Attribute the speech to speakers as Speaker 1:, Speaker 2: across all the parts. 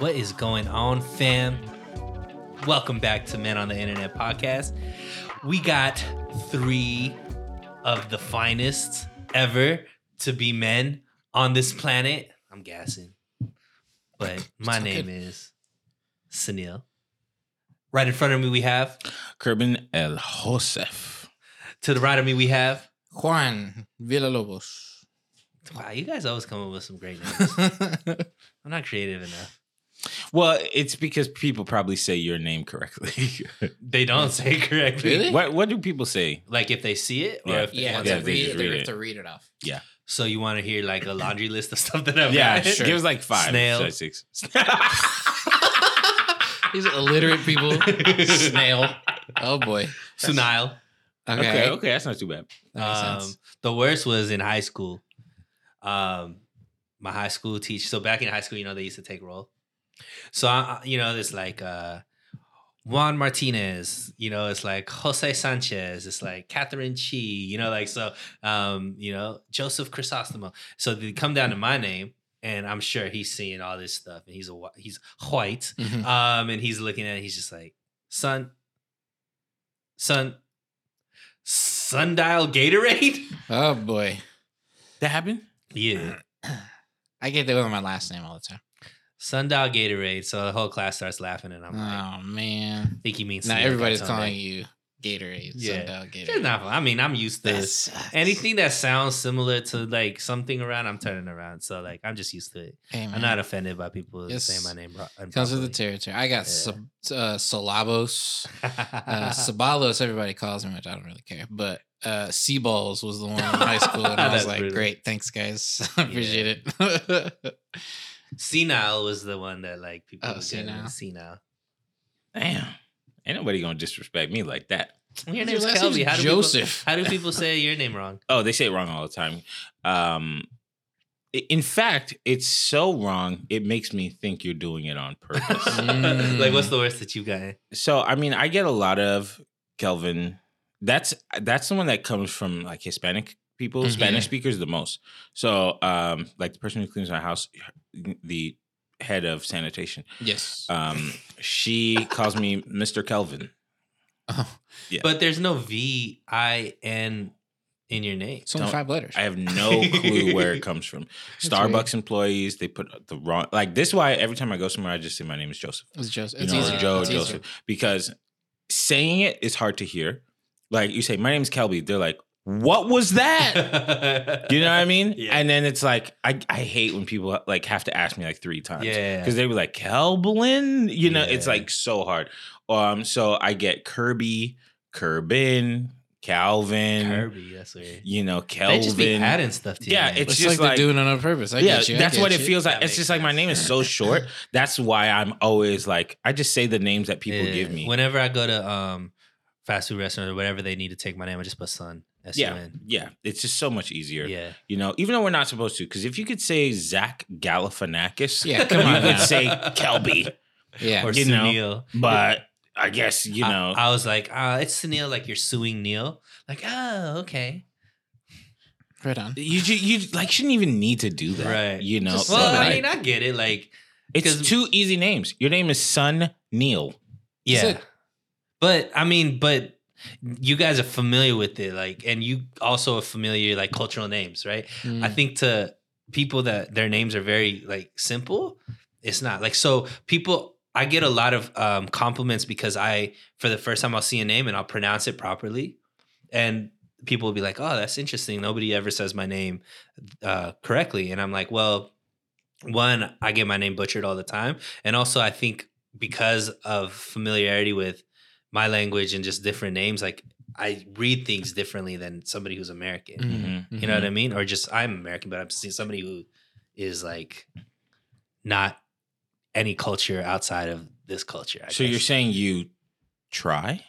Speaker 1: What is going on, fam? Welcome back to Men on the Internet podcast. We got three of the finest ever to be men on this planet. I'm gassing, but my
Speaker 2: It's okay.
Speaker 1: name is Sunil. Right in front of me, we have
Speaker 2: Kerbin El Josef.
Speaker 1: to the right of me, we have.
Speaker 3: Juan Villalobos.
Speaker 1: Wow, you guys always come up with some great names. I'm not creative enough.
Speaker 2: well, it's because people probably say your name correctly.
Speaker 1: They don't say it correctly.
Speaker 3: Really?
Speaker 2: what What do people say?
Speaker 1: Like if they see it, or
Speaker 2: Yeah.
Speaker 1: if they
Speaker 3: yeah,
Speaker 1: want
Speaker 3: they,
Speaker 2: yeah,
Speaker 1: to
Speaker 2: they
Speaker 1: read it.
Speaker 3: read,
Speaker 2: just
Speaker 3: they
Speaker 2: read
Speaker 3: have
Speaker 2: it.
Speaker 3: to read it off.
Speaker 1: So you want to hear like a laundry list of stuff that I've
Speaker 2: Yeah,
Speaker 1: got?
Speaker 2: sure. Give us like five,
Speaker 1: Snail.
Speaker 2: sorry, six.
Speaker 3: These illiterate people. Snail. Oh boy.
Speaker 1: Sunil.
Speaker 3: Okay.
Speaker 2: okay. okay, that's not too bad.
Speaker 3: That makes
Speaker 1: Um,
Speaker 3: sense.
Speaker 1: the worst was in high school. Um, my high school teacher. So back in high school, you know, they used to take roll. So I, I- you know, it's like uh, Juan Martinez. You know, it's like Jose Sanchez. It's like Catherine Chi. You know, like so. Um, you know, Joseph Chrysostomo. So they come down to my name, and I'm sure he's seeing all this stuff, and he's a wh- he's white.
Speaker 3: Mhm.
Speaker 1: Um, and he's looking at it, he's just like, son, son, sundial Gatorade?
Speaker 3: Oh boy.
Speaker 2: That happened.
Speaker 1: Yeah.
Speaker 3: I get that with my last name all the time.
Speaker 1: Sundial Gatorade. So the whole class starts laughing, and I'm like,
Speaker 3: Oh man.
Speaker 1: I think he means
Speaker 3: Now
Speaker 1: Sundial
Speaker 3: everybody's
Speaker 1: Gatorade.
Speaker 3: calling you Gatorade.
Speaker 1: Yeah.
Speaker 3: Sundial
Speaker 1: It's
Speaker 3: Gatorade.
Speaker 1: not, I mean, I'm used to
Speaker 3: That sucks.
Speaker 1: anything that sounds similar to like something around, I'm turning around. So like, I'm just used to it.
Speaker 3: Hey, man.
Speaker 1: I'm not offended by people
Speaker 3: Mm. Yes.
Speaker 1: saying my name. Bro-
Speaker 3: Comes with the
Speaker 1: improperly.
Speaker 3: territory. I got
Speaker 1: Yeah.
Speaker 3: sub, uh, Solabos. Uh, Sabalos, everybody calls me, which I don't really care. But uh, Seaballs was the one in high school, and I
Speaker 1: That's
Speaker 3: was like,
Speaker 1: brutal.
Speaker 3: "Great, thanks, guys, appreciate it."
Speaker 1: senile was the one that like people
Speaker 3: Oh,
Speaker 1: would get
Speaker 3: senile.
Speaker 1: senile.
Speaker 2: Damn, ain't nobody gonna disrespect me like that.
Speaker 1: Your
Speaker 3: Your
Speaker 1: name's
Speaker 3: last
Speaker 1: Kelby.
Speaker 3: name's
Speaker 1: How do
Speaker 3: Joseph.
Speaker 1: People, how do people say your name wrong?
Speaker 2: Oh, they say it wrong all the time. Um, i- in fact, it's so wrong it makes me think you're doing it on purpose.
Speaker 3: Mm.
Speaker 1: like, what's the worst that you've gotten?
Speaker 2: so I mean, I get a lot of Kelvin. That's that's the one that comes from like Hispanic people,
Speaker 3: Mhm.
Speaker 2: Spanish speakers the most. So um, like the person who cleans my house, the head of sanitation,
Speaker 3: yes.
Speaker 2: um, she calls me Mr. Kelvin.
Speaker 3: oh,
Speaker 2: Yeah.
Speaker 1: But there's no V I N in your name.
Speaker 3: it's only
Speaker 2: don't-
Speaker 3: five letters.
Speaker 2: I have no clue where it comes from.
Speaker 3: That's
Speaker 2: Starbucks employees, they put the wrong like this. is Why every time I go somewhere, I just say my name is Joseph.
Speaker 3: it's Joseph.
Speaker 2: You
Speaker 3: It's
Speaker 2: know,
Speaker 3: easier.
Speaker 2: Joe,
Speaker 3: it's
Speaker 2: Joseph,
Speaker 3: easier.
Speaker 2: because saying it is hard to hear. Like you say, my name's Kelby. They're like, what was that? You know what I mean?
Speaker 1: Yeah.
Speaker 2: And then it's like I, I hate when people like have to ask me like three times.
Speaker 1: Yeah.
Speaker 2: Because they were like, Kelblin? You know, it's
Speaker 1: Yeah.
Speaker 2: like so hard. Um, so I get Kirby, Kerbin, Calvin,
Speaker 1: Kirby, that's weird.
Speaker 2: you know,
Speaker 1: They just be
Speaker 2: Kelvin.
Speaker 1: adding stuff to you.
Speaker 2: Yeah,
Speaker 3: It's,
Speaker 2: it's
Speaker 3: just
Speaker 2: just
Speaker 3: like,
Speaker 2: like-
Speaker 3: they're doing it on purpose. I
Speaker 2: yeah,
Speaker 3: get you. I
Speaker 2: that's
Speaker 3: get
Speaker 2: what it
Speaker 3: you.
Speaker 2: feels like.
Speaker 1: That
Speaker 2: It's
Speaker 1: makes
Speaker 2: just like my
Speaker 1: sense.
Speaker 2: name is so short. That's why I'm always like, I just say the names that people give me.
Speaker 1: Whenever I go to um fast food restaurant or whatever they need to take my name, I just put Sun. S U
Speaker 2: yeah,
Speaker 1: N.
Speaker 2: yeah. It's just so much easier.
Speaker 1: Yeah.
Speaker 2: You know, even though we're not supposed to, because if you could say Zach Galifianakis,
Speaker 3: Yeah, come on
Speaker 2: you
Speaker 3: now.
Speaker 2: could say Kelby.
Speaker 3: Yeah.
Speaker 1: Or
Speaker 2: You know,
Speaker 1: Sunil.
Speaker 2: But I guess you
Speaker 1: I-
Speaker 2: know.
Speaker 1: I, was like, uh, it's Sunil, like you're suing Neil. Like, oh, okay.
Speaker 3: Right on.
Speaker 2: you, ju- you like shouldn't even need to do that,
Speaker 1: Right.
Speaker 2: You know,
Speaker 3: Just
Speaker 2: but,
Speaker 1: well, I
Speaker 2: like,
Speaker 1: mean, I get it. Like,
Speaker 2: it's
Speaker 1: 'cause-
Speaker 2: two easy names. Your name is Sun Neil.
Speaker 1: Yeah.
Speaker 3: That's it.
Speaker 1: But I mean, but you guys are familiar with it, like, and you also are familiar like cultural names, right? I
Speaker 3: Mm.
Speaker 1: think to people that their names are very like simple, it's not like so people. I get a lot of um, compliments because I, for the first time, I'll see a name and I'll pronounce it properly, and people will be like, "Oh, that's interesting. Nobody ever says my name uh, correctly," and I'm like, "Well, one, I get my name butchered all the time, and also I think because of familiarity with my language and just different names, like I read things differently than somebody who's American."
Speaker 2: mm-hmm,
Speaker 3: Mhm.
Speaker 1: You know what I mean? Or just I'm American, but I'm seeing somebody who is like not any culture outside of this culture. I
Speaker 2: so you're
Speaker 1: guess.
Speaker 2: saying you try?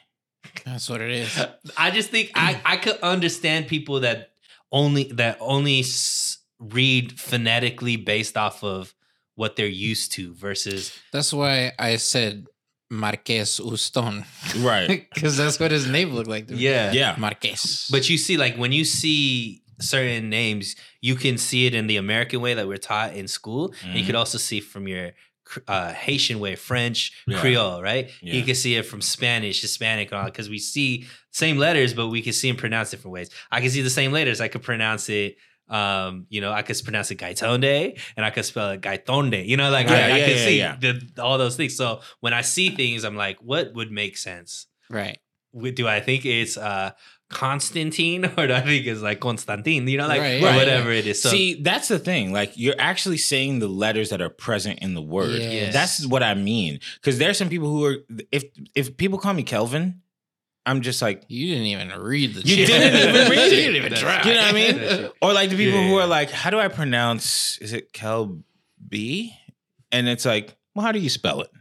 Speaker 3: That's what it is.
Speaker 1: I just think I I could understand people that only that only s- read phonetically based off of what they're used to versus
Speaker 3: That's why I said Marquez Uston
Speaker 2: Right.
Speaker 3: because that's what his name looked like. to me.
Speaker 1: yeah.
Speaker 2: Yeah.
Speaker 3: Marquez.
Speaker 1: But you see, like when you see certain names, you can see it in the American way that we're taught in school, and you
Speaker 2: Mhm.
Speaker 1: could also see from your uh, Haitian way, French,
Speaker 2: Yeah.
Speaker 1: Creole, right?
Speaker 2: Yeah.
Speaker 1: You can see it from Spanish, Hispanic, and all because we see same letters, but we can see and pronounce different ways. I can see the same letters, I could pronounce it. Um, you know, I could pronounce it Gaitonde and I could spell it Gaitonde. You know, like I,
Speaker 2: Yeah,
Speaker 1: I
Speaker 2: yeah,
Speaker 1: could
Speaker 2: yeah,
Speaker 1: see
Speaker 2: yeah.
Speaker 1: The, all those things. So when I see things, I'm like, what would make sense?
Speaker 3: right.
Speaker 1: wi- do I think it's uh Constantine or do I think it's like Constantine? You know, like
Speaker 3: Right,
Speaker 1: or
Speaker 2: yeah,
Speaker 1: whatever it is. So
Speaker 2: See, that's the thing. Like, you're actually saying the letters that are present in the word.
Speaker 3: Yes.
Speaker 2: That's what I mean. Because there's some people who are. If if people call me Kelvin, I'm just like,
Speaker 3: You didn't even read the.
Speaker 2: You didn't even read
Speaker 3: You
Speaker 2: it.
Speaker 3: didn't even
Speaker 1: That's-
Speaker 3: try.
Speaker 2: you know what I mean?
Speaker 1: That's right.
Speaker 2: Or like the people
Speaker 1: Yeah,
Speaker 2: who
Speaker 1: yeah.
Speaker 2: are like, how do I pronounce? Is it Kelby? And it's like, well, how do you spell it?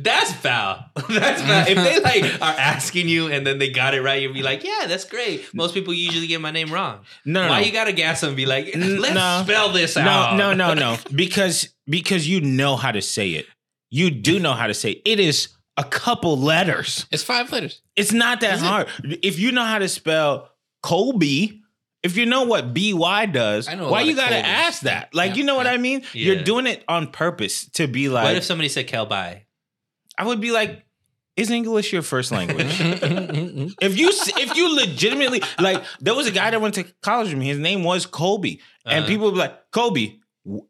Speaker 1: that's foul. That's foul. if they like are asking you and then they got it right, you'd be like, yeah, that's great. Most people usually get my name wrong.
Speaker 2: No, no,
Speaker 1: Why
Speaker 2: no.
Speaker 1: you gotta gas them and be like,
Speaker 2: N-
Speaker 1: let's
Speaker 2: no.
Speaker 1: spell this
Speaker 2: no,
Speaker 1: out?
Speaker 2: no, no, no. Because because you know how to say it. You do know how to say it. It is a couple letters.
Speaker 3: It's five letters.
Speaker 2: It's not that
Speaker 3: Is it?
Speaker 2: hard. If you know how to spell Colby, if you know what BY does,
Speaker 3: I know a
Speaker 2: why
Speaker 3: lot
Speaker 2: you
Speaker 3: of
Speaker 2: gotta
Speaker 3: Colbys.
Speaker 2: ask that? Like,
Speaker 3: Yeah,
Speaker 2: you know what
Speaker 3: yeah.
Speaker 2: I mean?
Speaker 1: Yeah.
Speaker 2: You're doing it on purpose to be
Speaker 1: What
Speaker 2: like,
Speaker 1: if somebody said Kelby?
Speaker 2: I would be like, is English your first language?
Speaker 3: That's
Speaker 2: if you if you legitimately like, there was a guy that went to college with me. His name was Colby, and
Speaker 1: Uh,
Speaker 2: people would be like, Kobe, W-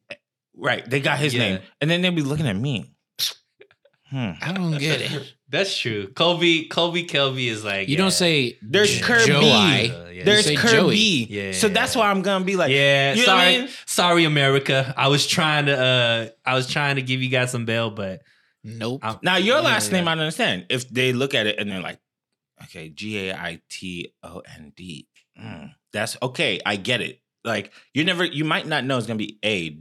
Speaker 2: right? They got his
Speaker 1: Yeah.
Speaker 2: name, and then they'd be looking at me. Hmm.
Speaker 3: I don't get it.
Speaker 1: That's true. Colby, Colby, Kelby is like
Speaker 3: You don't say
Speaker 2: There's
Speaker 3: Jo-
Speaker 2: Kirby.
Speaker 3: Joey.
Speaker 1: Uh, yeah.
Speaker 2: There's
Speaker 3: say
Speaker 2: Kirby,
Speaker 1: Yeah.
Speaker 2: so that's why I'm gonna be like,
Speaker 1: yeah,
Speaker 2: You know what I
Speaker 1: sorry,
Speaker 2: mean?
Speaker 1: sorry, America. I was trying to, uh, I was trying to give you guys some bail, but
Speaker 3: Nope.
Speaker 1: I'm-
Speaker 2: Now your
Speaker 1: Yeah,
Speaker 2: last
Speaker 1: yeah.
Speaker 2: name, I don't understand. If they look at it and they're like, okay, G A I T O N D. Mm, that's okay. I get it. Like you never, you might not know it's gonna be a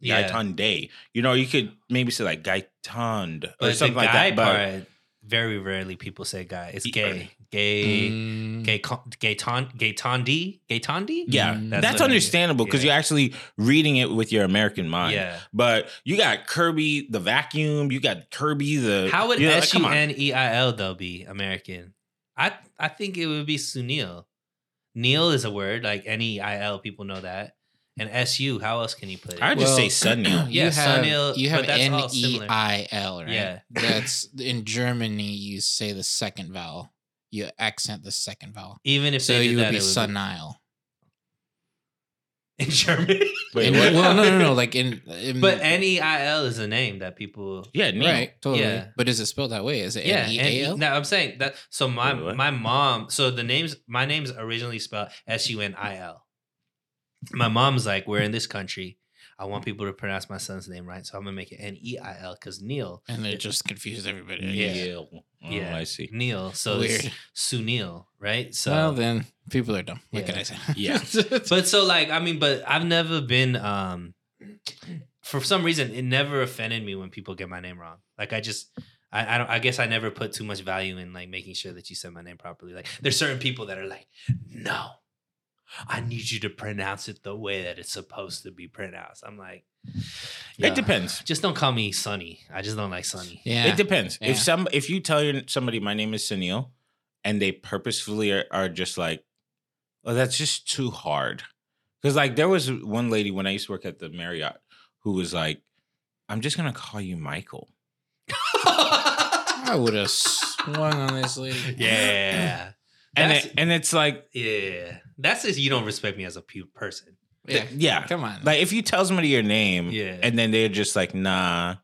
Speaker 1: Yeah.
Speaker 2: Gaetan Day. You know, you could maybe say like Gaetand or
Speaker 1: But
Speaker 2: something
Speaker 1: the
Speaker 2: like
Speaker 1: guy
Speaker 2: that. But
Speaker 1: part, very rarely people say guy. It's
Speaker 2: Yeah.
Speaker 1: gay, gay,
Speaker 3: Mm,
Speaker 1: gay, con- gay, ton, gay, tondi, gay, tondi.
Speaker 2: yeah,
Speaker 3: Mm.
Speaker 2: Mm-hmm. that's,
Speaker 1: That's what I mean.
Speaker 2: understandable because
Speaker 1: Yeah.
Speaker 2: you're actually reading it with your American mind.
Speaker 1: yeah.
Speaker 2: But you got Kirby the vacuum. You got Kirby the.
Speaker 1: How would
Speaker 2: you know, like,
Speaker 1: S
Speaker 2: Uh, come
Speaker 1: U
Speaker 2: on.
Speaker 1: N E I L though be American? I I think it would be Sunil. Neil is a word like N E I L. People know that. And S U. How else can you put it?
Speaker 2: I just say
Speaker 3: Well,
Speaker 2: Sunil.
Speaker 1: Yeah,
Speaker 3: you have
Speaker 1: Sunil,
Speaker 3: you
Speaker 1: but
Speaker 3: have
Speaker 1: that's
Speaker 3: N
Speaker 1: all
Speaker 3: E
Speaker 1: similar.
Speaker 3: I L, right?
Speaker 1: Yeah.
Speaker 3: That's in Germany. You say the second vowel. You accent the second vowel.
Speaker 1: Even if
Speaker 3: So
Speaker 1: they did
Speaker 3: you would
Speaker 1: that,
Speaker 3: be
Speaker 1: it
Speaker 3: Sunil.
Speaker 1: in Germany.
Speaker 2: Wait,
Speaker 3: In-
Speaker 2: what?
Speaker 3: well, no, no, no. Like in, in
Speaker 1: But N E I L is a name that people.
Speaker 2: Yeah, Neil.
Speaker 3: right, totally.
Speaker 1: Yeah.
Speaker 3: But is it spelled that way? Is it
Speaker 1: Yeah,
Speaker 3: N E A
Speaker 1: and
Speaker 3: L?
Speaker 1: no, I'm saying that. So my
Speaker 2: Wait, what?
Speaker 1: my mom. So the names my name's originally spelled S U N I L. My mom's like, we're in this country. I want people to pronounce my son's name right, so I'm gonna make it N E I L because Neil,
Speaker 3: And it just confused everybody. I
Speaker 1: Yeah.
Speaker 3: guess.
Speaker 2: Neil. Oh,
Speaker 1: Yeah.
Speaker 2: I see.
Speaker 1: Neil. So it's uh,
Speaker 3: Weird.
Speaker 1: Sunil, right? So,
Speaker 3: well, then people are dumb. What can I say?
Speaker 2: Yeah.
Speaker 1: but so like I mean, but I've never been. um For some reason, it never offended me when people get my name wrong. Like I just. I, I don't. I guess I never put too much value in like making sure that you said my name properly. Like there's certain people that are like, no, I need you to pronounce it the way that it's supposed to be pronounced. I'm like, yeah.
Speaker 2: It depends.
Speaker 1: Just don't call me Sunny. I just don't like Sunny.
Speaker 3: yeah.
Speaker 2: It depends.
Speaker 3: Yeah.
Speaker 2: If some if you tell your, somebody my name is Sunil and they purposefully are, are just like, oh, that's just too hard. Cause like there was one lady when I used to work at the Marriott who was like, I'm just gonna call you Michael.
Speaker 3: I would have swung on this lady.
Speaker 1: yeah.
Speaker 2: And
Speaker 1: That's-
Speaker 2: it, and it's like,
Speaker 1: yeah. That's just you don't respect me as a pu- person.
Speaker 3: Yeah.
Speaker 2: th- yeah.
Speaker 3: Come on.
Speaker 2: Like if you tell somebody your name
Speaker 1: Yeah.
Speaker 2: Mm-hmm. and then they're just like, nah,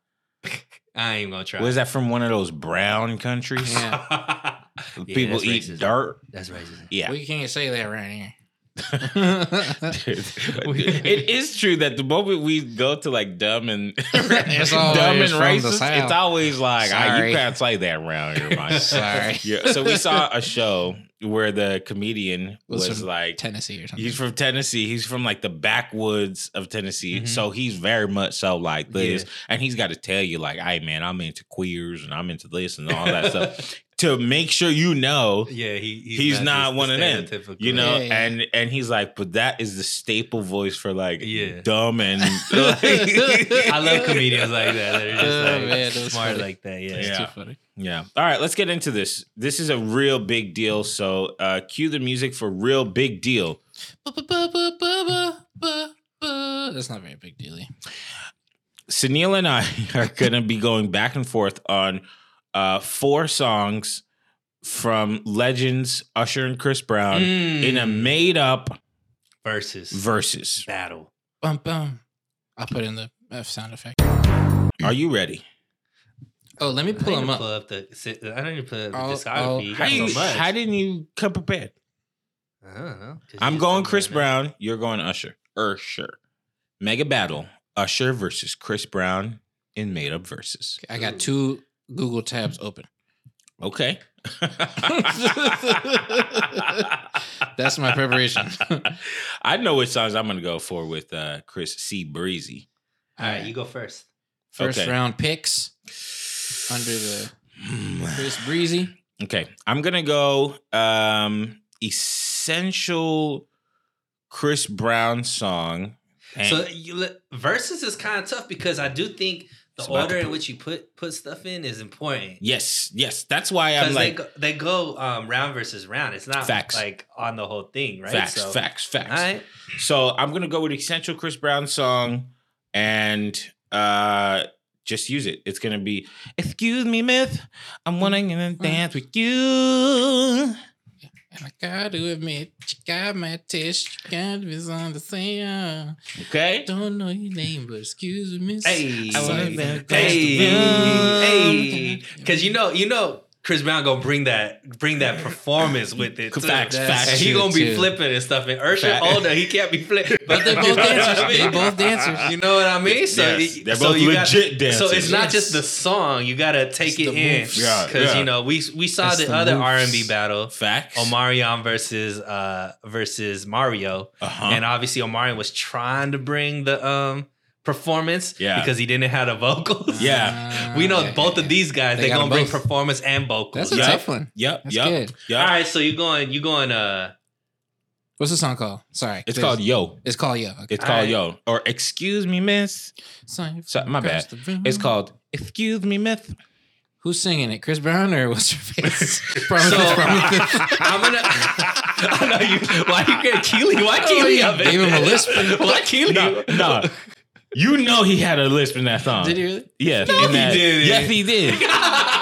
Speaker 1: I ain't gonna try.
Speaker 2: was that from one of those brown countries?
Speaker 3: Yeah.
Speaker 2: People
Speaker 1: that's
Speaker 2: eat
Speaker 1: racism.
Speaker 2: dirt.
Speaker 1: That's racism.
Speaker 2: Yeah.
Speaker 3: We can't say that right here.
Speaker 2: it is true that the moment we go to like dumb and
Speaker 3: It's always
Speaker 2: dumb and
Speaker 3: from the
Speaker 2: racist,
Speaker 3: South.
Speaker 2: it's always like ah, you
Speaker 3: Sorry.
Speaker 2: can't say that around here, Mike.
Speaker 3: Sorry.
Speaker 2: yeah. So we saw a show where the comedian was,
Speaker 3: Was from
Speaker 2: like,
Speaker 3: Tennessee or something.
Speaker 2: he's from Tennessee. He's from like the backwoods of Tennessee,
Speaker 1: Mhm.
Speaker 2: so he's very much so like this, and he's got to tell you like, "Hey, man, I'm into queers and I'm into this and all that stuff." to make sure you know
Speaker 1: Yeah, he, he's,
Speaker 2: He's not
Speaker 1: just the
Speaker 2: one of them,
Speaker 1: stereotypical-
Speaker 2: you know
Speaker 3: Yeah, yeah.
Speaker 2: and and he's like but that is the staple voice for like
Speaker 1: Yeah.
Speaker 2: dumb and
Speaker 1: I love comedians like that. They're just
Speaker 3: Oh,
Speaker 1: like
Speaker 3: man, that was
Speaker 1: smart
Speaker 3: funny.
Speaker 1: like that. Yeah.
Speaker 3: It's
Speaker 2: Yeah.
Speaker 3: too funny.
Speaker 2: yeah all right let's get into this this is a real big deal so uh cue the music for real big deal
Speaker 3: Ba-ba-ba-ba-ba-ba-ba. That's not very big dealy.
Speaker 2: Sunil and I are going to be going back and forth on uh, four songs from legends Usher and Chris Brown Um, in a
Speaker 1: Mm.
Speaker 2: made up
Speaker 1: versus
Speaker 2: verses.
Speaker 1: battle.
Speaker 3: Bum bum. I'll put in the F sound effect.
Speaker 2: Are you ready?
Speaker 3: Oh, let me
Speaker 1: I
Speaker 3: pull
Speaker 1: don't need to
Speaker 3: them up.
Speaker 1: pull up the. si- I don't need to pull up the
Speaker 3: I'll- I'll-
Speaker 1: discography. You
Speaker 2: How,
Speaker 1: got
Speaker 2: you,
Speaker 1: so much.
Speaker 2: how didn't you come prepared?
Speaker 1: I don't know. 'Cause you
Speaker 2: I'm
Speaker 1: just
Speaker 2: going
Speaker 1: told me
Speaker 2: Chris
Speaker 1: right now.
Speaker 2: Brown. You're going Usher. Usher. Mega battle Usher versus Chris Brown in made up verses.
Speaker 3: I got two Google tabs open.
Speaker 2: Okay.
Speaker 3: That's my preparation.
Speaker 2: I know which songs I'm going to go for with uh, Chris C. Breezy.
Speaker 1: All right, you go first.
Speaker 3: First
Speaker 2: Okay.
Speaker 3: round picks under the Chris Breezy.
Speaker 2: Hmm. Okay, I'm gonna go um essential Chris Brown song. And-
Speaker 1: So you, let- versus is kind of tough because I do think the
Speaker 2: It's about
Speaker 1: order
Speaker 2: to
Speaker 1: in
Speaker 2: put-
Speaker 1: which you put put stuff in is important.
Speaker 2: yes, yes, that's why I'm
Speaker 1: Because
Speaker 2: like
Speaker 1: they go, they go um, round versus round. It's not
Speaker 2: Facts.
Speaker 1: like on the whole thing, right?
Speaker 2: facts,
Speaker 1: So-
Speaker 2: facts, facts.
Speaker 1: All right.
Speaker 2: So I'm gonna go with essential Chris Brown song and uh just use it. It's gonna be excuse me, myth. I'm wanting to
Speaker 1: Mm-hmm.
Speaker 2: dance with you.
Speaker 3: And I gotta admit, she got my test. She got me on the same. uh,
Speaker 2: Okay.
Speaker 3: Don't know your name, but excuse me. miss.
Speaker 1: Hey,
Speaker 3: I wanna
Speaker 2: Hey.
Speaker 3: dance across the
Speaker 1: hey, hey,
Speaker 3: room.
Speaker 1: because you know, you know, Chris Brown gonna bring that, bring that performance with it. Too.
Speaker 2: Facts,
Speaker 1: And
Speaker 3: That's
Speaker 2: facts.
Speaker 1: he gonna be
Speaker 3: Too.
Speaker 1: flipping and stuff. And Ursha
Speaker 2: Fact.
Speaker 1: older, he can't be flipping.
Speaker 3: But they're both dancers. They both dancers.
Speaker 1: You know what I mean? So,
Speaker 2: Yes,
Speaker 1: it-
Speaker 2: they're
Speaker 1: so
Speaker 2: both
Speaker 1: you
Speaker 2: legit
Speaker 1: got, So
Speaker 2: dancers.
Speaker 1: it's not
Speaker 3: Yes.
Speaker 1: just the song. You gotta take
Speaker 3: It's
Speaker 1: it
Speaker 3: the
Speaker 1: in
Speaker 3: moves.
Speaker 1: because
Speaker 2: Yeah, yeah.
Speaker 1: you know we we saw
Speaker 3: It's
Speaker 1: the,
Speaker 3: the
Speaker 1: other
Speaker 3: moves.
Speaker 1: R and B battle,
Speaker 2: Facts.
Speaker 1: Omarion versus uh versus Mario,
Speaker 2: Uh-huh.
Speaker 1: and obviously Omarion was trying to bring the um performance
Speaker 2: Yeah.
Speaker 1: because he didn't have the vocals.
Speaker 2: Yeah.
Speaker 1: we know
Speaker 3: Yeah,
Speaker 1: both of
Speaker 3: yeah, yeah.
Speaker 1: these guys
Speaker 3: They
Speaker 1: they are
Speaker 3: got
Speaker 1: gonna
Speaker 3: them
Speaker 1: bring
Speaker 3: both.
Speaker 1: performance and vocals.
Speaker 3: That's a
Speaker 2: Yeah.
Speaker 3: tough one.
Speaker 2: Yep,
Speaker 3: That's
Speaker 2: yep,
Speaker 3: good.
Speaker 1: All
Speaker 2: yep.
Speaker 1: right, so you going you going uh
Speaker 3: What's the song called? Sorry.
Speaker 2: It's
Speaker 3: please.
Speaker 2: called Yo.
Speaker 3: It's called Yo. Okay.
Speaker 2: It's
Speaker 1: All
Speaker 2: called
Speaker 1: right.
Speaker 2: Yo. Or Excuse Me, Miss.
Speaker 3: Sorry,
Speaker 2: So- my
Speaker 3: across
Speaker 2: bad.
Speaker 3: the room.
Speaker 1: Mm-hmm.
Speaker 2: It's called Excuse Me, Miss.
Speaker 3: Who's singing it? Chris Brown or what's her face?
Speaker 1: So uh,
Speaker 3: Promise- Promise-
Speaker 1: I'm gonna. I know you. Why you get Keely? Why Keely
Speaker 3: yeah,
Speaker 1: up in
Speaker 3: Oh, gave him a
Speaker 1: there?
Speaker 3: lisp.
Speaker 1: Why Keely?
Speaker 2: No, no. You know he had a lisp in that song.
Speaker 3: Did he really?
Speaker 2: Yes.
Speaker 1: No,
Speaker 2: in
Speaker 1: he
Speaker 2: that-
Speaker 1: didn't.
Speaker 2: Yes, he did.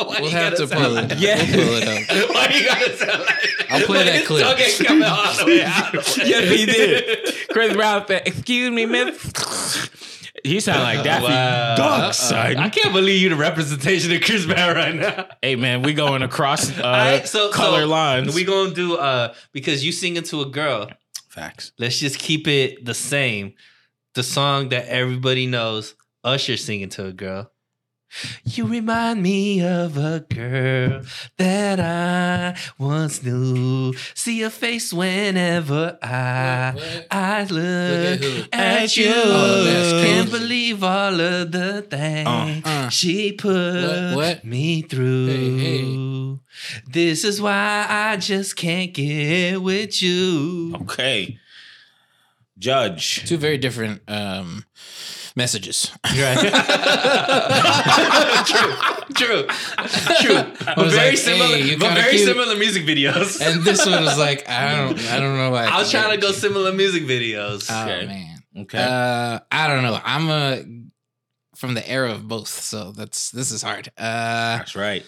Speaker 1: Why
Speaker 3: We'll
Speaker 1: you
Speaker 3: have
Speaker 1: gotta
Speaker 3: to
Speaker 1: sound
Speaker 3: pull
Speaker 1: like
Speaker 3: it. up.
Speaker 2: Yeah.
Speaker 3: We'll pull it up.
Speaker 1: that? Why you gotta sound like that?
Speaker 3: I'll play
Speaker 1: Wait,
Speaker 3: that
Speaker 1: it's-
Speaker 3: clip.
Speaker 1: Okay, come on, all the way out. of the way.
Speaker 2: yes, he did. Chris Brown said, Excuse me, Miss. He sounded like Daffy
Speaker 1: Wow.
Speaker 2: Duck,
Speaker 1: Uh-uh.
Speaker 2: son.
Speaker 1: I can't believe you the representation of Chris Brown right now.
Speaker 2: Hey, man, we going across uh,
Speaker 1: All right, so-
Speaker 2: color
Speaker 1: so
Speaker 2: lines.
Speaker 1: We gonna do uh because you singing to a girl.
Speaker 2: Facts.
Speaker 1: Let's just keep it the same. The song that everybody knows, Usher singing to a girl. You remind me of a girl that I once knew. See your face whenever I
Speaker 3: What?
Speaker 1: I
Speaker 3: Look at
Speaker 1: look
Speaker 3: who.
Speaker 1: at you.
Speaker 3: Oh, that's
Speaker 1: Can't
Speaker 3: crazy.
Speaker 1: believe all of the things
Speaker 3: Uh.
Speaker 1: she put
Speaker 3: What- what?
Speaker 1: me through. This is why I just can't get with you.
Speaker 2: Okay. Judge.
Speaker 3: Two very different um, messages.
Speaker 1: true, true, true.
Speaker 3: was
Speaker 1: But very
Speaker 3: like,
Speaker 1: similar,
Speaker 3: hey, you're
Speaker 1: but
Speaker 3: kinda
Speaker 1: very
Speaker 3: cute.
Speaker 1: similar music videos.
Speaker 3: and this one was like, I don't, I don't know why.
Speaker 1: I was trying to go
Speaker 3: Oh
Speaker 1: similar music videos.
Speaker 2: Okay.
Speaker 3: man,
Speaker 2: Okay.
Speaker 3: uh, I don't know. I'm a from the era of both, so that's this is hard. Uh,
Speaker 2: That's right.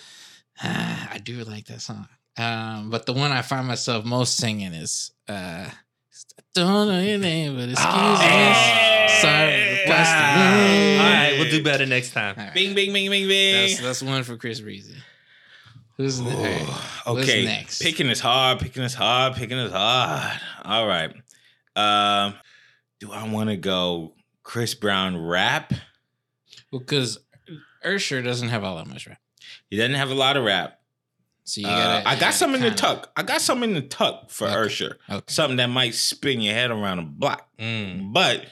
Speaker 3: I do like that song, um, but the one I find myself most singing is. Uh, don't know your name, but excuse
Speaker 1: Oh.
Speaker 3: me. Sorry, request.
Speaker 1: Ah. All right, we'll do better next time.
Speaker 3: All right.
Speaker 2: Bing, bing, bing, bing,
Speaker 3: That's,
Speaker 2: bing.
Speaker 3: that's one for Chris Breezy. Who's the, all right,
Speaker 2: okay.
Speaker 3: What's next?
Speaker 2: Picking is hard. Picking is hard. Picking is hard. All right. Um, do I want to go Chris Brown rap?
Speaker 3: because Ursher doesn't have all that much rap.
Speaker 2: He doesn't have a lot of rap.
Speaker 3: So you
Speaker 2: Uh,
Speaker 3: gotta.
Speaker 2: I got some in the
Speaker 3: kinda-
Speaker 2: tuck. I got some in the tuck for
Speaker 3: Okay.
Speaker 2: Ursher.
Speaker 3: Okay.
Speaker 2: Something that might spin your head around a block.
Speaker 1: Mm.
Speaker 2: But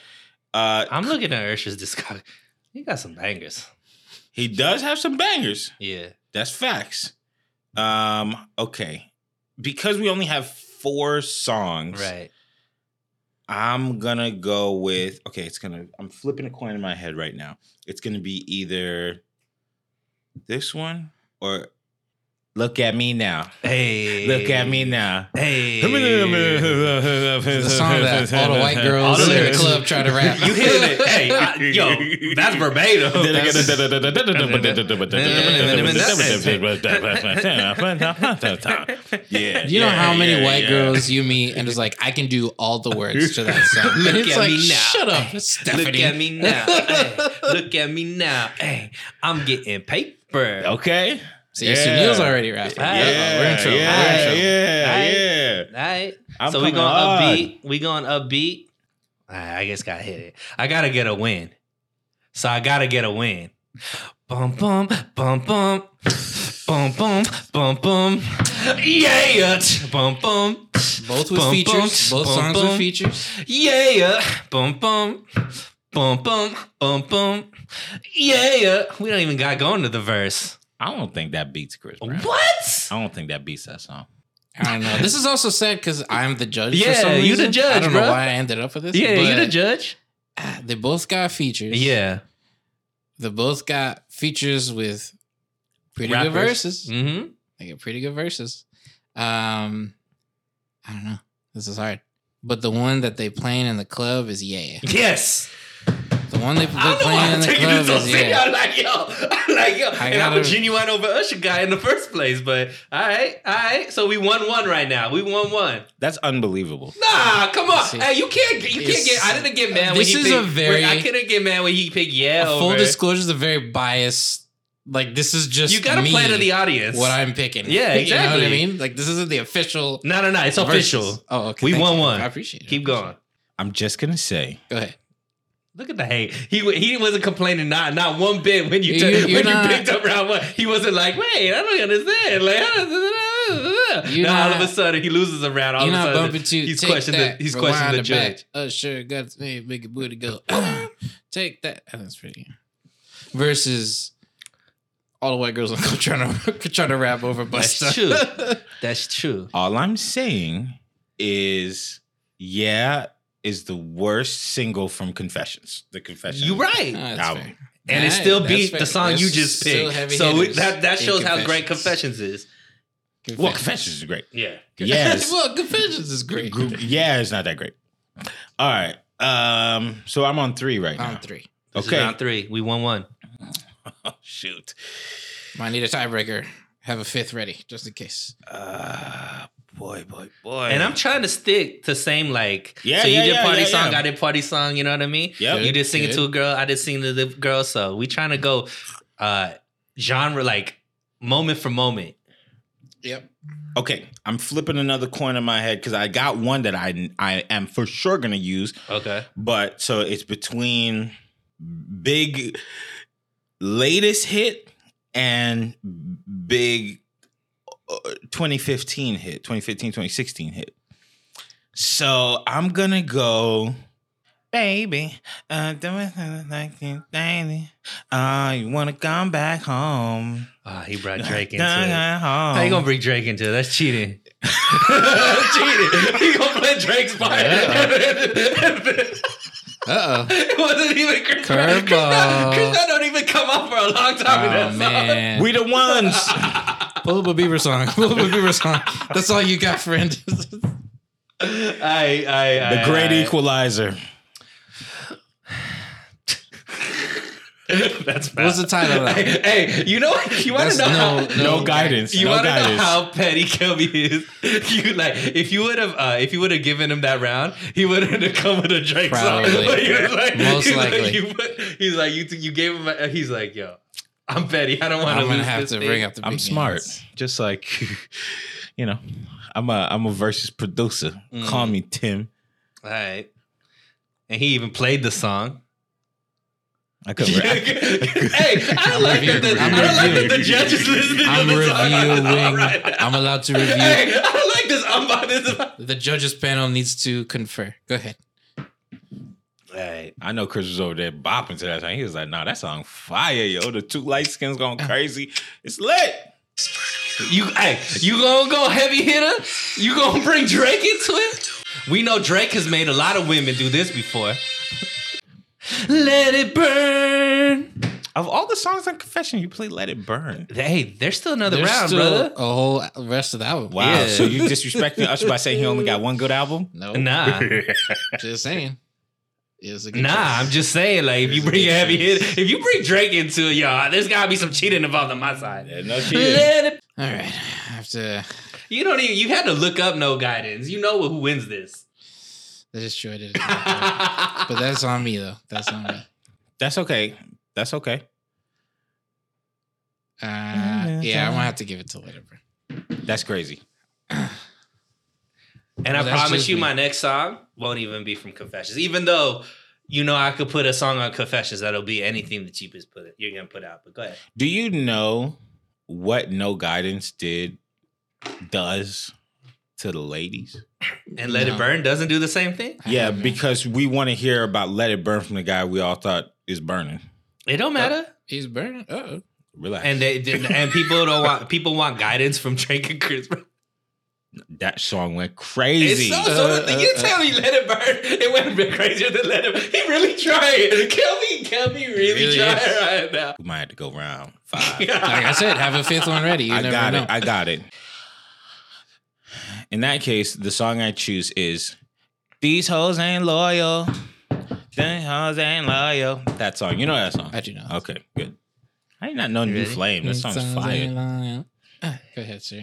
Speaker 2: uh,
Speaker 1: I'm looking at Ursha's discography. He got some bangers.
Speaker 2: he does have some bangers.
Speaker 1: Yeah.
Speaker 2: That's facts. Um, okay. Because we only have four songs,
Speaker 1: Right.
Speaker 2: I'm gonna go with okay, it's gonna I'm flipping a coin in my head right now. It's gonna be either this one or look at me now.
Speaker 1: Hey.
Speaker 2: Look at me now.
Speaker 1: Hey.
Speaker 3: It's a song that all the white girls
Speaker 1: All the
Speaker 3: in the
Speaker 1: lyrics.
Speaker 3: club try to rap.
Speaker 1: You hit it. Hey, I- yo, that's verbatim.
Speaker 2: yeah.
Speaker 3: You know
Speaker 2: yeah,
Speaker 3: how many
Speaker 2: yeah,
Speaker 3: white
Speaker 2: yeah.
Speaker 3: girls you meet and it's like I can do all the words to that song.
Speaker 1: Look
Speaker 3: it's
Speaker 1: at
Speaker 3: like,
Speaker 1: me now.
Speaker 3: Shut up,
Speaker 1: Look
Speaker 3: Stephanie.
Speaker 1: at me now. Hey, look at me now. Hey, I'm getting paper.
Speaker 2: Oh. Okay.
Speaker 3: See, Sunil's already rapping.
Speaker 1: Yeah,
Speaker 3: Uh-oh, we're in trouble.
Speaker 1: yeah,
Speaker 3: We're in trouble.
Speaker 1: Aight.
Speaker 2: yeah,
Speaker 1: All right.
Speaker 2: I'm
Speaker 1: so we
Speaker 2: coming
Speaker 1: going
Speaker 2: hard.
Speaker 1: upbeat. We going upbeat. I I just got hit it. I gotta get a win. So I gotta get a win. Bum bum bum bum bum bum bum bum. Yeah. Bum bum.
Speaker 3: Both with
Speaker 1: Bum,
Speaker 3: features.
Speaker 1: bum,
Speaker 3: Both
Speaker 1: bum,
Speaker 3: songs with
Speaker 1: bum.
Speaker 3: features.
Speaker 1: Yeah. Bum bum. Bum bum bum bum. Yeah. We don't even got going to the verse.
Speaker 2: I don't think that beats Chris Brown.
Speaker 1: What?
Speaker 2: I don't think that beats that song.
Speaker 3: I don't know. This is also sad because I'm the judge. for
Speaker 1: Yeah,
Speaker 3: some
Speaker 1: you the
Speaker 3: reason.
Speaker 1: judge,
Speaker 3: I don't know
Speaker 1: bro.
Speaker 3: why I ended up with this.
Speaker 1: Yeah, you
Speaker 3: but,
Speaker 1: the judge?
Speaker 3: ah, They both got features.
Speaker 1: Yeah.
Speaker 3: They both got features with pretty
Speaker 2: Rappers.
Speaker 3: good verses.
Speaker 1: Mm-hmm.
Speaker 3: They get pretty good verses. Um, I don't know. This is hard. But the one that they playing in the club is yeah.
Speaker 1: Yes.
Speaker 3: The one
Speaker 1: I
Speaker 3: they they're
Speaker 1: don't know why
Speaker 3: playing in
Speaker 1: I'm
Speaker 3: the
Speaker 1: taking it
Speaker 3: club
Speaker 1: so
Speaker 3: is
Speaker 1: serious.
Speaker 3: yeah.
Speaker 1: I'm like, yo, I'm like, yo.
Speaker 3: I
Speaker 1: and I'm a
Speaker 3: gotta-
Speaker 1: genuine over Usher guy in the first place, but all right, all right. So we won one right now. We won one.
Speaker 2: That's unbelievable.
Speaker 1: Nah, come on.
Speaker 3: See,
Speaker 1: hey, you can't. get- You can't
Speaker 3: it's-
Speaker 1: get. I didn't get mad when
Speaker 3: this
Speaker 1: he
Speaker 3: is
Speaker 1: picked,
Speaker 3: a very-
Speaker 1: I couldn't get mad when he picked yeah.
Speaker 3: Full
Speaker 1: over.
Speaker 3: disclosure is a very biased. Like this is just
Speaker 1: you gotta
Speaker 3: me,
Speaker 1: play to the audience.
Speaker 3: what I'm picking.
Speaker 1: Yeah,
Speaker 3: you know what I
Speaker 1: exactly.
Speaker 3: mean? Like this isn't the official.
Speaker 1: no, no, no. It's
Speaker 3: versus.
Speaker 1: official.
Speaker 3: Oh, okay.
Speaker 1: We
Speaker 3: thank
Speaker 1: won
Speaker 3: you.
Speaker 1: one.
Speaker 3: I appreciate it.
Speaker 1: Keep
Speaker 3: I appreciate
Speaker 1: going.
Speaker 2: I'm just gonna say
Speaker 3: it. Go ahead.
Speaker 1: Look at the hate. He wa- he wasn't complaining not not one bit when you,
Speaker 3: You-
Speaker 1: took-
Speaker 3: you're
Speaker 1: when
Speaker 3: not-
Speaker 1: you picked up round one. He wasn't like, wait, I don't understand. Like, I don't-
Speaker 3: You're
Speaker 1: now all of a
Speaker 3: not-
Speaker 1: sudden he loses a round. All
Speaker 3: You're
Speaker 1: of a
Speaker 3: not
Speaker 1: sudden
Speaker 3: bumping to.
Speaker 1: he's
Speaker 3: take
Speaker 1: questioned
Speaker 3: that,
Speaker 1: the he's questioned the
Speaker 3: rewind it
Speaker 1: judge.
Speaker 3: Back. Uh, sure, got his name, make your booty go. take that. Oh, that's pretty. good. Versus all the white girls on trying to trying to rap over
Speaker 1: That's
Speaker 3: Busta. Oh,
Speaker 1: true. That's true.
Speaker 2: all I'm saying is yeah is the worst single from Confessions. The Confessions.
Speaker 1: You're right,
Speaker 3: Ah, that's
Speaker 2: Album.
Speaker 3: fair.
Speaker 1: and it
Speaker 3: Hey,
Speaker 1: still
Speaker 3: that's
Speaker 1: beat
Speaker 3: fair.
Speaker 1: the song
Speaker 3: There's
Speaker 1: you just
Speaker 3: still
Speaker 1: picked.
Speaker 3: heavy
Speaker 1: So
Speaker 3: hitters
Speaker 1: that that
Speaker 3: in
Speaker 1: shows how great Confessions is.
Speaker 2: Well, Confessions is great.
Speaker 1: Yeah,
Speaker 2: Yes.
Speaker 3: well, confessions is great.
Speaker 2: Gr- yeah, it's not that great. All right. Um, so I'm on three right now.
Speaker 3: On three.
Speaker 1: This is
Speaker 2: Okay.
Speaker 1: round three. We won one.
Speaker 2: Oh shoot.
Speaker 3: Might need a tiebreaker. Have a fifth ready just in case.
Speaker 2: Uh boy, boy, boy.
Speaker 1: And I'm trying to stick to same like
Speaker 2: Oh, Yeah,
Speaker 1: so you
Speaker 2: yeah,
Speaker 1: did
Speaker 2: yeah,
Speaker 1: party
Speaker 2: yeah,
Speaker 1: song,
Speaker 2: yeah.
Speaker 1: I did party song, you know what I mean?
Speaker 2: Yep.
Speaker 1: You did sing it
Speaker 3: Good.
Speaker 1: to a girl, I did sing to the girl. So we trying to go uh genre like moment for moment.
Speaker 3: Yep.
Speaker 2: Okay, I'm flipping another coin in my head because I got one that I I am for sure gonna use,
Speaker 1: Okay.
Speaker 2: but so it's between big latest hit and big uh, 2015 hit, 2015 2016 hit. So I'm gonna go, baby. Uh, doing something like this, baby. Uh, you wanna come back home?
Speaker 1: Ah, he brought Drake into
Speaker 2: Come
Speaker 1: it.
Speaker 2: back
Speaker 1: How you
Speaker 2: home.
Speaker 1: gonna bring Drake into it? That's cheating. That's cheating. He gonna play Drake's part.
Speaker 3: Uh oh.
Speaker 1: it wasn't even Chris. Brown. Chris Brown
Speaker 3: Curveball.
Speaker 1: Chris Brown don't even come up for a long time
Speaker 3: Oh
Speaker 1: in that song.
Speaker 3: man.
Speaker 2: We the ones.
Speaker 3: Pull up a Bieber song. Pull up a Bieber song. That's all you got, friend.
Speaker 1: I, I,
Speaker 2: The
Speaker 1: I-
Speaker 2: Great
Speaker 1: I-
Speaker 2: Equalizer.
Speaker 1: That's bad.
Speaker 3: What's the title of that?
Speaker 1: Hey, hey, you know what? You want
Speaker 3: That's
Speaker 1: to know
Speaker 3: no-
Speaker 1: how,
Speaker 2: No,
Speaker 3: No
Speaker 2: guidance.
Speaker 1: you
Speaker 2: no
Speaker 1: want to know
Speaker 2: guidance.
Speaker 1: how petty Kelby is. You like if you would have uh, if you would have given him that round, he would have come with a Drake song.
Speaker 3: Probably.
Speaker 1: Like, he was like-
Speaker 3: Most
Speaker 1: he's like,
Speaker 3: likely.
Speaker 1: you put- he's like you. you gave him. A, uh, he's like, yo, I'm petty. I don't want
Speaker 3: I'm
Speaker 1: to
Speaker 3: gonna
Speaker 1: lose
Speaker 3: have
Speaker 1: this
Speaker 3: to
Speaker 1: thing.
Speaker 3: bring up the.
Speaker 2: I'm
Speaker 3: big
Speaker 2: smart.
Speaker 3: hands.
Speaker 2: Just like you know, I'm a I'm a versus producer.
Speaker 1: Mm.
Speaker 2: Call me Tim.
Speaker 1: All right, and he even played the song.
Speaker 2: I could rap.
Speaker 1: hey, I don't like that. The, I don't like that the judge is listening
Speaker 3: I'm
Speaker 1: to the song.
Speaker 3: reviewing.
Speaker 1: Right now.
Speaker 3: I'm allowed to review.
Speaker 1: Hey, I don't like this. I'm this.
Speaker 3: The judges panel needs to confer. Go ahead.
Speaker 1: Right.
Speaker 2: I know Chris was over there bopping to that song. He was like, "Nah, that song fire, yo. The two light skins going crazy. It's lit."
Speaker 4: Burning me
Speaker 1: You hey, you gonna go heavy hitter? You gonna bring Drake into it? We know Drake has made a lot of women do this before. Let it burn.
Speaker 2: Of all the songs on Confession, you play "Let It Burn."
Speaker 1: Hey, there's still another
Speaker 3: There's
Speaker 1: round,
Speaker 3: still
Speaker 1: brother.
Speaker 3: A whole rest of that one.
Speaker 2: Wow!
Speaker 1: Yeah.
Speaker 2: So you disrespecting us by saying he only got one good album?
Speaker 3: No,
Speaker 1: Nah,
Speaker 3: just saying. It was a good
Speaker 1: nah.
Speaker 3: choice.
Speaker 1: I'm just saying, like, if
Speaker 3: There's
Speaker 1: you
Speaker 3: a
Speaker 1: bring
Speaker 3: good
Speaker 1: a heavy
Speaker 3: chance.
Speaker 1: hitter, if you bring Drake into it, y'all, there's gotta be some cheating involved on my side.
Speaker 2: no
Speaker 1: Let it.
Speaker 3: All right, I have to.
Speaker 1: You don't even. You had to look up no guidance. You know who wins this.
Speaker 3: I just tried it, but that's on me though. That's on me.
Speaker 2: That's okay. That's okay.
Speaker 3: Uh, yeah, I'm gonna have to give it to Little Bird.
Speaker 2: That's crazy.
Speaker 1: And I
Speaker 3: Well, that's
Speaker 1: promise
Speaker 3: just
Speaker 1: you,
Speaker 3: me.
Speaker 1: my next song won't even be from Confessions. Even though you know I could put a song on Confessions that'll be anything the cheapest put it, you're gonna put out. But go ahead.
Speaker 2: Do you know what No Guidance did does to the ladies?
Speaker 1: And Let
Speaker 3: No.
Speaker 1: It Burn doesn't do the same thing.
Speaker 3: I
Speaker 2: Yeah,
Speaker 3: don't know.
Speaker 2: because we want to hear about "Let It Burn" from the guy we all thought is burning.
Speaker 1: It don't
Speaker 3: Uh,
Speaker 1: matter.
Speaker 3: he's burning. Oh,
Speaker 2: Relax.
Speaker 1: And they and people don't want people want guidance from Drake and Chris. Brown.
Speaker 2: that song went
Speaker 1: It's
Speaker 2: crazy.
Speaker 1: so, so the- you
Speaker 3: Uh, uh,
Speaker 1: tell me Let It Burn. It went a bit crazier than Let It. He really tried. Kelby, Kelby really,
Speaker 3: Really
Speaker 1: tried
Speaker 3: is.
Speaker 1: right now.
Speaker 2: we might have to go round five.
Speaker 3: like I said, have a fifth one ready. You
Speaker 2: I
Speaker 3: never
Speaker 2: got
Speaker 3: know.
Speaker 2: it. I got it. In that case, the song I choose is "These Hoes Ain't Loyal." These hoes ain't loyal. That song, you know that song.
Speaker 3: I do not.
Speaker 2: Okay, good. I did not know
Speaker 1: You
Speaker 2: New
Speaker 1: ready?
Speaker 2: Flame. That
Speaker 3: Sounds
Speaker 2: song's fire.
Speaker 3: like- Ah, Go ahead, sir.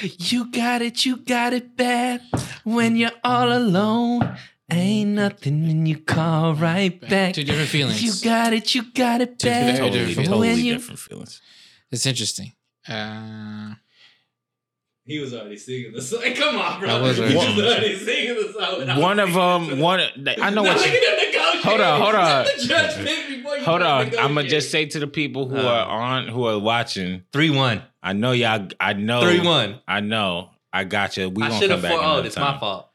Speaker 1: You got it, you got it bad. When you're all alone, ain't nothing when you call right back.
Speaker 3: Two different feelings.
Speaker 1: You got it, you got it
Speaker 3: Two
Speaker 1: bad.
Speaker 3: very
Speaker 2: Totally,
Speaker 3: different.
Speaker 2: totally
Speaker 1: When you-
Speaker 2: different feelings.
Speaker 3: It's interesting. Uh,
Speaker 1: He was already singing the song. Come on, bro.
Speaker 3: I was
Speaker 1: He
Speaker 3: already
Speaker 2: singing the
Speaker 1: already singing the song. when I was
Speaker 2: One of
Speaker 1: singing the
Speaker 2: them.
Speaker 1: song.
Speaker 2: One. I
Speaker 1: Now
Speaker 2: know
Speaker 1: look
Speaker 2: what. You,
Speaker 1: at them negotiating.
Speaker 2: Hold on, hold
Speaker 1: Let
Speaker 2: on.
Speaker 1: the judge pick before you
Speaker 2: hold
Speaker 1: go
Speaker 2: on.
Speaker 1: negotiate.
Speaker 2: I'm gonna just say to the people who
Speaker 1: Uh.
Speaker 2: are on, who are watching.
Speaker 1: three one,
Speaker 2: I know y'all. I know.
Speaker 1: three one.
Speaker 2: I know. I got you. Oh, We
Speaker 1: I
Speaker 2: gonna
Speaker 1: should
Speaker 2: come
Speaker 1: have
Speaker 2: back.
Speaker 1: four. Oh,
Speaker 2: another
Speaker 1: it's my
Speaker 2: time.
Speaker 1: fault.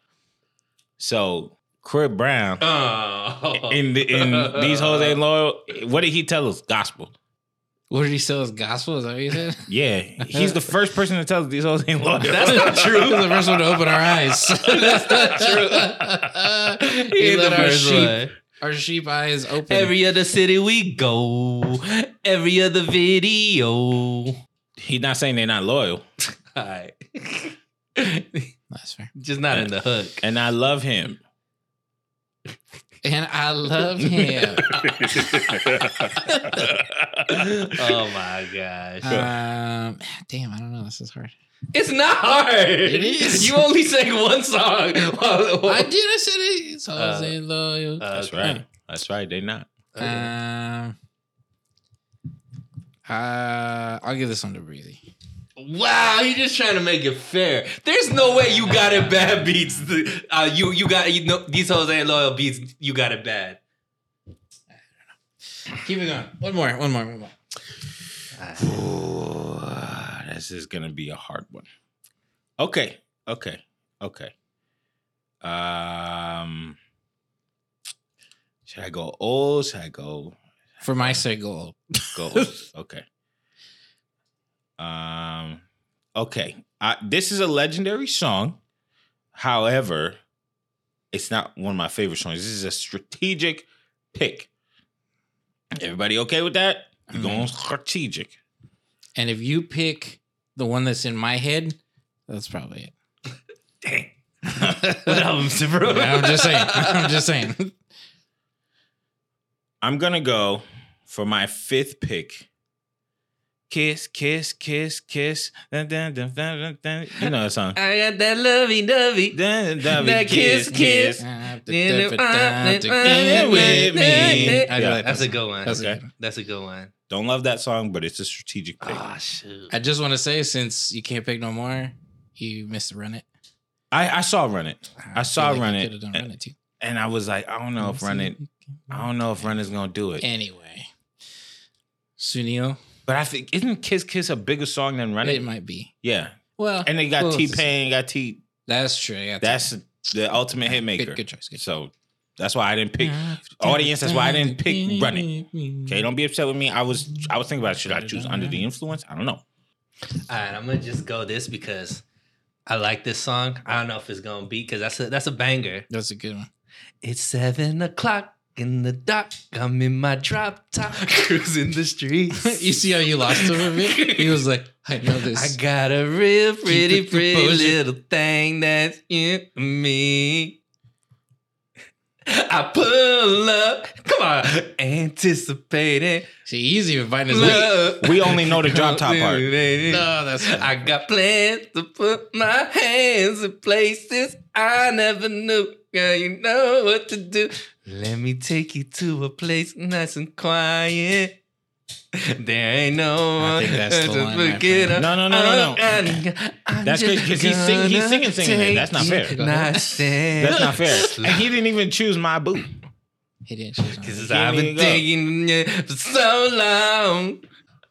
Speaker 2: So, Crib Brown
Speaker 1: Oh,
Speaker 2: in the, in these hoes ain't loyal. What did he tell us? Gospel.
Speaker 3: what did he sell as gospel? Is that what you said?
Speaker 2: Yeah, he's the first person to tell us these hoes ain't loyal.
Speaker 1: That's not
Speaker 3: He was
Speaker 1: true.
Speaker 3: the first one to open our eyes.
Speaker 1: That's not
Speaker 3: true.
Speaker 1: He
Speaker 3: he
Speaker 1: ain't
Speaker 3: let
Speaker 1: the
Speaker 3: our
Speaker 1: first
Speaker 3: sheep,
Speaker 1: one.
Speaker 3: our sheep eyes open.
Speaker 1: Every other city we go, every other video. All
Speaker 2: he's not saying they're not loyal.
Speaker 1: right.
Speaker 3: That's fair.
Speaker 1: Just not in the hook.
Speaker 2: And I love him.
Speaker 3: And I love him.
Speaker 1: oh my gosh.
Speaker 3: um, damn, I don't know. This is hard.
Speaker 1: it's not hard.
Speaker 3: It is.
Speaker 1: You only sang one song. While,
Speaker 3: I did. I said it. So I was
Speaker 1: Uh,
Speaker 3: in loyal.
Speaker 1: Uh,
Speaker 2: That's right. That's right. They not.
Speaker 1: okay.
Speaker 3: um, uh, I'll give this one to Breezy.
Speaker 1: wow, you're just trying to make it fair. There's no way you got it bad beats. The, uh, you you got you know these hoes ain't loyal beats. You got it bad.
Speaker 3: Keep it going. One more. One more. One more.
Speaker 2: Ooh, this is gonna be a hard one. Okay, okay, okay. Um, should I go old? Should I go
Speaker 3: For my sake, gold.
Speaker 2: go? old? okay. Um, okay. I, this is a legendary song. However, it's not one of my favorite songs. This is a strategic pick. Everybody okay with that? We're going strategic.
Speaker 3: And if you pick the one that's in my head, that's probably it.
Speaker 1: Dang. what album's it from?
Speaker 3: Yeah, I'm just saying. I'm just saying.
Speaker 2: I'm gonna go for my fifth pick. Kiss, kiss, kiss, kiss. Dun, dun, dun, dun, dun, dun. You know that song.
Speaker 1: I got that lovey dovey.
Speaker 2: Dun, dun, dun,
Speaker 1: That kiss, kiss.
Speaker 3: I do like
Speaker 1: That's
Speaker 3: that
Speaker 1: a
Speaker 3: song.
Speaker 1: good one.
Speaker 3: That's a
Speaker 2: Okay.
Speaker 3: good one.
Speaker 1: That's a good one.
Speaker 2: Don't love that song, but it's a strategic pick.
Speaker 1: Ah, shoot.
Speaker 3: I just want to say, since you can't pick no more, you missed Run It.
Speaker 2: I, I saw Run It, I saw
Speaker 3: feel
Speaker 2: Run
Speaker 3: you
Speaker 2: It.
Speaker 3: could've done Run It too.
Speaker 2: and I was like, I don't know if Run It, I don't know if Run It's gonna do it.
Speaker 3: Anyway, Sunil,
Speaker 2: But I think isn't Kiss Kiss a bigger song than Run
Speaker 3: it
Speaker 2: It?
Speaker 3: might be.
Speaker 2: Yeah,
Speaker 3: Well,
Speaker 2: and they got
Speaker 3: close.
Speaker 2: T Pain, got T.
Speaker 3: That's true. I got
Speaker 2: That's the ultimate
Speaker 3: that.
Speaker 2: hit maker.
Speaker 3: Good, good choice. Good Mm-hmm. choice.
Speaker 2: So that's why I didn't pick. audience, that's why I didn't pick Run
Speaker 3: It. Mm-hmm.
Speaker 2: Okay, don't be upset with me. I was I was thinking about should I choose under the influence? I don't know.
Speaker 1: All right, I'm gonna just go this because I like this song. I don't know if it's gonna be because that's a that's a banger.
Speaker 3: That's a good one.
Speaker 1: It's seven o'clock in the dark. I'm in my drop top, cruising the streets.
Speaker 3: you see how you lost him a bit? He was like, I know
Speaker 1: I
Speaker 3: this.
Speaker 1: got a real pretty,
Speaker 3: it
Speaker 1: pretty
Speaker 3: composure.
Speaker 1: little thing that's in me. I pull up, come on, anticipating
Speaker 3: See, he's even biting his lip.
Speaker 1: love.
Speaker 2: We only know the drop top part.
Speaker 3: No, that's
Speaker 1: I got plans to put my hands in places I never knew. Girl, you know what to do. Let me take you to a place nice and quiet. There ain't no one.
Speaker 3: I think that's the
Speaker 1: to
Speaker 3: line, my
Speaker 1: forget
Speaker 3: friend.
Speaker 2: No, no, no, no, no.
Speaker 1: no.
Speaker 2: That's good, 'cause he's sing- he's singing, singing it. That's not fair.
Speaker 1: Nice
Speaker 2: That's not fair. And he didn't even choose my boo.
Speaker 3: He didn't choose one.
Speaker 1: Because
Speaker 2: Here
Speaker 1: I've
Speaker 2: we
Speaker 1: been
Speaker 2: go.
Speaker 1: thinking you for so long.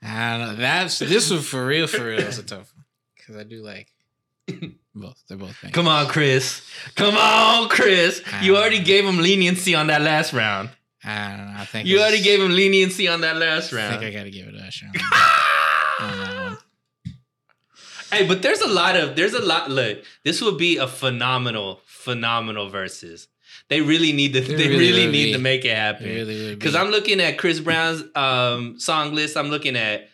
Speaker 3: I don't know. That's this one for real, for real. That's a tough one because I do like both. They're both bangers.
Speaker 1: Come on, Chris. Come on, Chris. You
Speaker 3: Ah.
Speaker 1: already gave him leniency on that last round.
Speaker 3: I don't know. I think
Speaker 1: You
Speaker 3: it's-
Speaker 1: already gave him leniency on that last
Speaker 3: I think
Speaker 1: round. Ah!
Speaker 3: I Uh, gotta give it a shot. on that one.
Speaker 1: Hey, but there's a lot of there's a lot. Look, this would be a phenomenal, phenomenal versus. They really need to.
Speaker 3: They
Speaker 1: They
Speaker 3: really
Speaker 1: really
Speaker 3: would
Speaker 1: need
Speaker 3: be.
Speaker 1: to make it happen.
Speaker 3: It really would
Speaker 1: Because
Speaker 3: be.
Speaker 1: I'm looking at Chris Brown's um, song list. I'm looking at,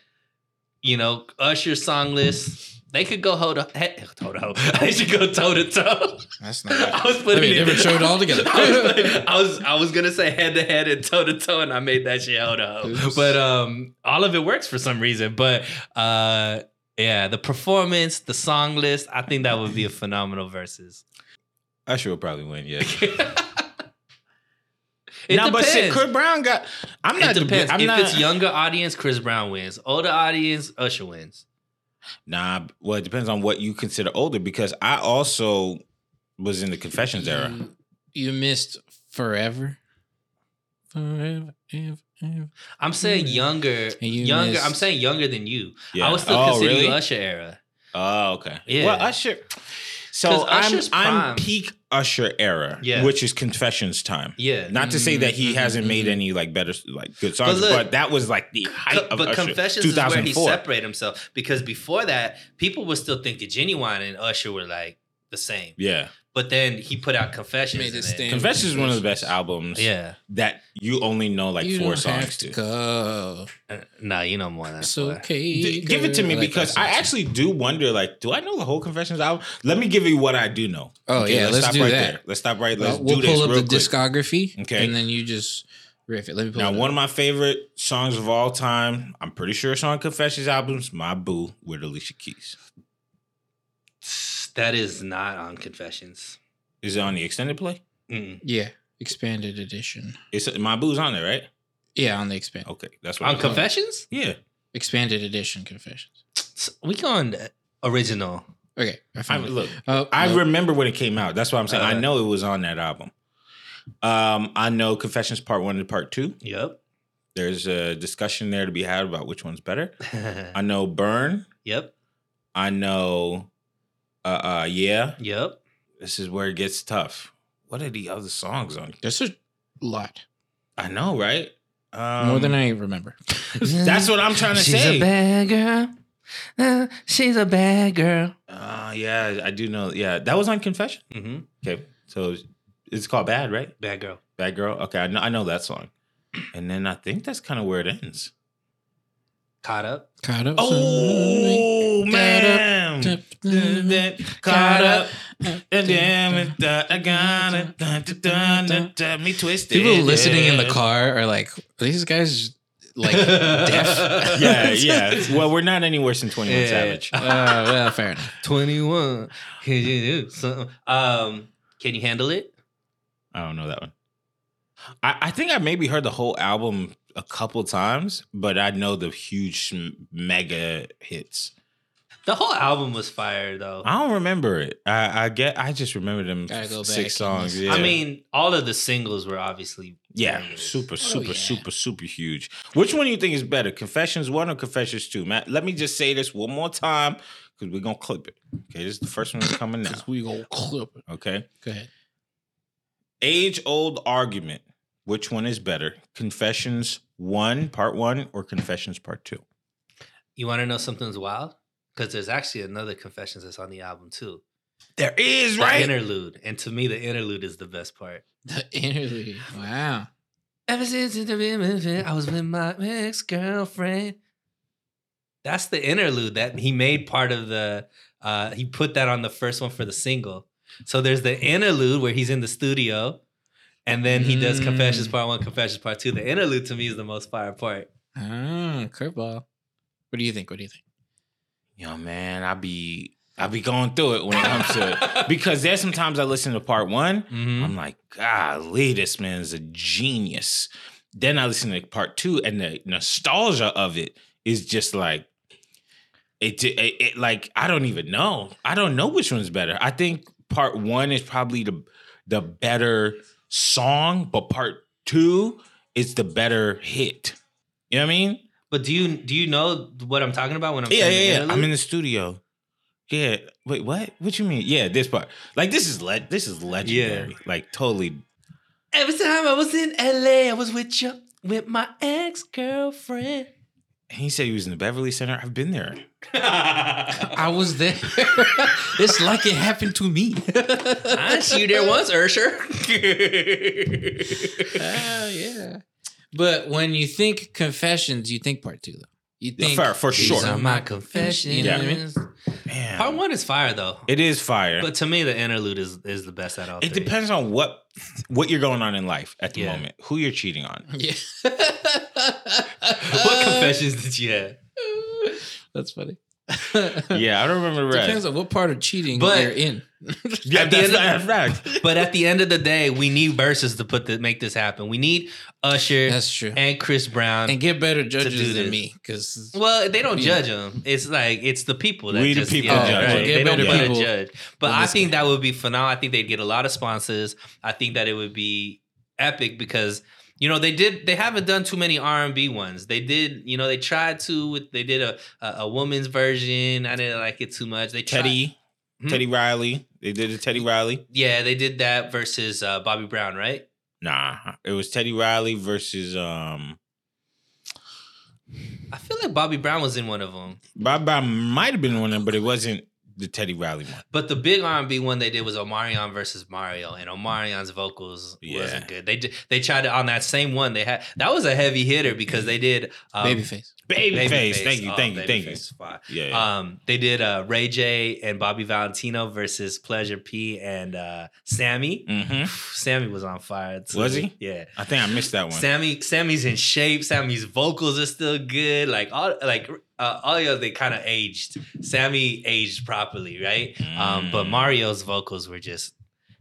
Speaker 1: you know, Usher's song list. They could go hold up, toe to toe. They should go toe to toe.
Speaker 3: That's
Speaker 1: I
Speaker 3: not.
Speaker 1: was putting
Speaker 3: Wait,
Speaker 1: it-
Speaker 3: different show it all together.
Speaker 1: I was, like- I was I was gonna say head to head and toe to toe, and I made that shit hold up.
Speaker 3: Oops.
Speaker 1: But um, all of it works for some reason. But uh, yeah, the performance, the song list, I think that would be a phenomenal versus.
Speaker 2: Usher will probably win, yeah.
Speaker 1: it
Speaker 2: no, but see,
Speaker 1: depends.
Speaker 2: Chris Brown got. I'm
Speaker 1: it
Speaker 2: not.
Speaker 1: depends.
Speaker 2: The, I'm
Speaker 1: if
Speaker 2: not,
Speaker 1: it's younger audience, Chris Brown wins. Older audience, Usher wins.
Speaker 2: Nah, well, it depends on what you consider older because I also was in the Confessions era.
Speaker 1: Mm.
Speaker 3: You, you missed forever. Forever, ever, ever.
Speaker 1: I'm saying
Speaker 2: Hmm.
Speaker 3: Mm.
Speaker 1: younger,
Speaker 3: And you
Speaker 1: younger.
Speaker 3: missed-
Speaker 1: I'm saying younger than you.
Speaker 2: Yeah.
Speaker 1: I was still
Speaker 2: oh,
Speaker 1: consider
Speaker 2: really?
Speaker 1: you Usher era.
Speaker 2: Oh, okay.
Speaker 1: Yeah.
Speaker 2: Well, Usher.
Speaker 1: 'Cause
Speaker 2: So I'm,
Speaker 1: Usher's prime.
Speaker 2: I'm peak Usher era,
Speaker 1: Yeah.
Speaker 2: which is Confessions time.
Speaker 1: Yeah, Mm-hmm,
Speaker 2: Not to say that he
Speaker 3: Mm,
Speaker 2: hasn't
Speaker 3: mm,
Speaker 2: made
Speaker 3: mm.
Speaker 2: any like better like good songs, but,
Speaker 1: look,
Speaker 2: that was like the height
Speaker 1: Co-
Speaker 2: of
Speaker 1: but
Speaker 2: Usher.
Speaker 1: Confessions is where he separated himself because before that, people would still think that Genuine and Usher were like the same.
Speaker 2: Yeah,
Speaker 1: But then he put out Confessions.
Speaker 3: Made
Speaker 1: and
Speaker 3: his
Speaker 1: then-
Speaker 3: stand.
Speaker 2: Confessions is one of the best albums.
Speaker 1: Yeah.
Speaker 2: that you only know like
Speaker 3: You
Speaker 2: four
Speaker 3: don't have
Speaker 2: songs
Speaker 3: to
Speaker 2: to.
Speaker 3: go.
Speaker 1: Uh, nah, you know more than that.
Speaker 3: It's
Speaker 1: boy.
Speaker 3: okay.
Speaker 2: D- give it to
Speaker 3: girl.
Speaker 2: me
Speaker 3: like
Speaker 2: because
Speaker 3: that
Speaker 2: I
Speaker 3: song.
Speaker 2: actually do wonder. Like, do I know the whole Confessions album? Let me give you what I do know.
Speaker 3: Oh
Speaker 2: Okay,
Speaker 3: yeah, let's,
Speaker 2: stop
Speaker 3: do
Speaker 2: right
Speaker 3: that.
Speaker 2: there. Let's stop right. Let's
Speaker 3: Well, we'll
Speaker 2: do this
Speaker 3: pull up
Speaker 2: real
Speaker 3: the
Speaker 2: quick.
Speaker 3: discography,
Speaker 2: Okay.
Speaker 3: and then you just riff it. Let me pull
Speaker 2: Now,
Speaker 3: it
Speaker 2: one
Speaker 3: up.
Speaker 2: of my favorite songs of all time, I'm pretty sure it's on Confessions albums, My Boo with Alicia Keys.
Speaker 1: That is not on Confessions.
Speaker 2: Is it on the extended play?
Speaker 1: Mm.
Speaker 3: yeah expanded edition.
Speaker 2: It's My Boo's on there, right?
Speaker 3: Yeah, on the expanded
Speaker 2: Okay, that's what
Speaker 1: On
Speaker 2: I'm
Speaker 1: Confessions?
Speaker 2: Yeah.
Speaker 3: expanded edition confessions.
Speaker 1: We going to original.
Speaker 3: Okay, I
Speaker 2: I,
Speaker 3: found it.
Speaker 2: look,
Speaker 3: Oh,
Speaker 2: I
Speaker 3: no.
Speaker 2: remember when it came out. That's what I'm saying. I
Speaker 1: Uh-huh.
Speaker 2: know it was on that album. Um, I know Confessions Part 1 and Part 2.
Speaker 1: Yep.
Speaker 2: There's a discussion there to be had about which one's better. I know Burn.
Speaker 1: yep.
Speaker 2: I know uh uh yeah.
Speaker 1: Yep.
Speaker 2: This is where it gets tough. What are the other songs on?
Speaker 3: there's a lot
Speaker 2: I know, right? Um,
Speaker 3: more than I remember.
Speaker 2: That's what I'm trying to
Speaker 1: She's a
Speaker 2: say.
Speaker 1: bad girl. Uh, she's a bad girl.
Speaker 2: Uh, yeah, I do know. Yeah, that was on Confession.
Speaker 1: Mm-hmm.
Speaker 2: Okay, so it's called Bad, right?
Speaker 1: Bad girl.
Speaker 2: Bad Girl. Okay, I know, I know that song. And then I think that's kind of where it ends.
Speaker 1: Caught up.
Speaker 3: Caught up.
Speaker 2: Oh
Speaker 3: Caught
Speaker 2: man,
Speaker 3: up.
Speaker 2: caught up. Damn it, I got it. Dun, dun, dun, dun, dun, Me twisted.
Speaker 3: People listening in the
Speaker 2: Yeah.
Speaker 3: car are like, these guys like uh, deaf.
Speaker 2: Yeah, yeah. Well, we're not any worse than Twenty One
Speaker 1: Yeah.
Speaker 2: Savage.
Speaker 3: Uh, well, fair enough.
Speaker 1: 21. Can you do something? Um, can you handle it?
Speaker 2: I don't know that one. I, I think I maybe heard the whole album a couple times, but I know the huge m- mega hits.
Speaker 1: The whole album was fire though.
Speaker 2: I don't remember it. I, I get. I just remember them
Speaker 3: Gotta go back and
Speaker 2: six songs.
Speaker 3: listen.
Speaker 2: Yeah.
Speaker 1: I mean, all of the singles were obviously
Speaker 2: yeah,
Speaker 1: bangers.
Speaker 2: super, super,
Speaker 3: yeah.
Speaker 2: super, super huge. Which one do you think is better, Confessions One or Confessions Two? Matt, let me just say this one more time because we're gonna clip it. Okay, this is the first one that's coming now.
Speaker 3: 'Cause we go clip it.
Speaker 2: Okay,
Speaker 3: Go ahead.
Speaker 2: age old argument. Which one is better, Confessions One Part One or Confessions Part Two?
Speaker 1: You want to know something's wild? because there's actually another Confessions that's on the album too.
Speaker 2: There is
Speaker 1: The interlude, and to me, the interlude is the best part.
Speaker 3: The interlude. Wow.
Speaker 1: Ever since the beginning, I was with my ex girlfriend. That's the interlude that he made part of the. Uh, he put that on the first one for the single. So there's the interlude where he's in the studio, and then he does
Speaker 3: Mm.
Speaker 1: confessions part one, confessions part two. The interlude to me is the most fire part.
Speaker 3: Ah, curveball. What do you think? What do you think?
Speaker 2: Yo, man, I be I be going through it when it comes to it because there's sometimes I listen to part one.
Speaker 1: Mhm.
Speaker 2: I'm like, golly, this man is a genius. Then I listen to part two, and the nostalgia of it is just like, it, it, it like I don't even know. I don't know which one's better. I think part one is probably the the better song, but part two is the better hit. You know what I mean?
Speaker 1: But do you do you know what I'm talking about when I'm
Speaker 2: Yeah,
Speaker 1: saying the
Speaker 2: yeah, yeah.
Speaker 1: interlude?
Speaker 2: I'm in the studio. Yeah. Wait, what? What you mean? Yeah, this part. Like this is le- this is legendary. Like totally.
Speaker 1: Every time I was in LA, I was with you, with my ex girlfriend.
Speaker 2: And he said he was in the Beverly Center. I've been there.
Speaker 3: I was there. it's like it happened to me.
Speaker 1: I see you there once, Ursher.
Speaker 3: Ah, yeah. But when you think confessions, you think part two though. You
Speaker 2: Yeah,
Speaker 3: think
Speaker 2: for- for
Speaker 3: these
Speaker 2: sure.
Speaker 1: um,
Speaker 3: are my confessions. You
Speaker 1: Yeah.
Speaker 3: know what I mean?
Speaker 2: Man.
Speaker 1: Part one is fire though,
Speaker 2: it is fire.
Speaker 1: but to me the interlude is is the best out of all.
Speaker 2: it
Speaker 1: three.
Speaker 2: depends on what what you're going on in life at the
Speaker 1: Yeah.
Speaker 2: moment. Who you're cheating on.
Speaker 3: Yeah.
Speaker 1: What confessions did you have?
Speaker 3: That's funny.
Speaker 2: Yeah, I don't remember the
Speaker 3: Depends
Speaker 2: rest.
Speaker 3: on what part of cheating
Speaker 1: But-
Speaker 3: you're in.
Speaker 2: Yeah,
Speaker 1: At the end
Speaker 2: that's not
Speaker 1: of
Speaker 2: fact.
Speaker 1: But at the end of the day, we need verses to put the, make this happen. We need Usher
Speaker 3: That's true.
Speaker 1: and Chris Brown.
Speaker 3: And get better
Speaker 1: do
Speaker 3: judges than
Speaker 1: this.
Speaker 3: me, because
Speaker 1: Well, they don't
Speaker 3: Yeah.
Speaker 1: judge them. It's like it's the people that
Speaker 2: We the
Speaker 1: just,
Speaker 2: people
Speaker 1: yeah,
Speaker 3: judge.
Speaker 1: right.
Speaker 3: We'll get
Speaker 1: They don't
Speaker 3: better
Speaker 1: want
Speaker 3: people
Speaker 1: to judge. But
Speaker 3: than
Speaker 1: I
Speaker 3: this
Speaker 1: think
Speaker 3: guy.
Speaker 1: that would be phenomenal. I think they'd get a lot of sponsors. I think that it would be epic because you know they did. They haven't done too many R and B ones. They did. You know they tried to. With they did a a, a woman's version. I didn't like it too much. They tried-
Speaker 2: Teddy.
Speaker 1: Hmm?
Speaker 2: Teddy Riley. They did a Teddy Riley.
Speaker 1: Yeah, they did that versus uh, Bobby Brown, right?
Speaker 2: Nah. It was Teddy Riley versus um
Speaker 1: I feel like Bobby Brown was in one of them.
Speaker 2: Bob Bob might have been one of them, but it wasn't the Teddy Riley one.
Speaker 1: But the big R and B one they did was Omarion versus Mario, and Omarion's vocals
Speaker 2: Yeah.
Speaker 1: wasn't good. They did, they tried to on that same one. They had that was a heavy hitter because they did um,
Speaker 3: babyface.
Speaker 2: Babyface. Thank you,
Speaker 1: Oh,
Speaker 2: thank you, thank you.
Speaker 1: Babyface is fire.
Speaker 2: Yeah.
Speaker 1: Um, they did uh, Ray J and Bobby Valentino versus Pleasure P and uh, Sammy.
Speaker 2: mm-hmm.
Speaker 1: Sammy was on fire. Too.
Speaker 2: Was he?
Speaker 1: Yeah.
Speaker 2: I think I missed that one.
Speaker 1: Sammy, Sammy's in shape. Sammy's vocals are still good. Like all, like uh, all the other, they kind of aged. Sammy aged properly, right? Um, but
Speaker 2: Mm.
Speaker 1: Mario's vocals were just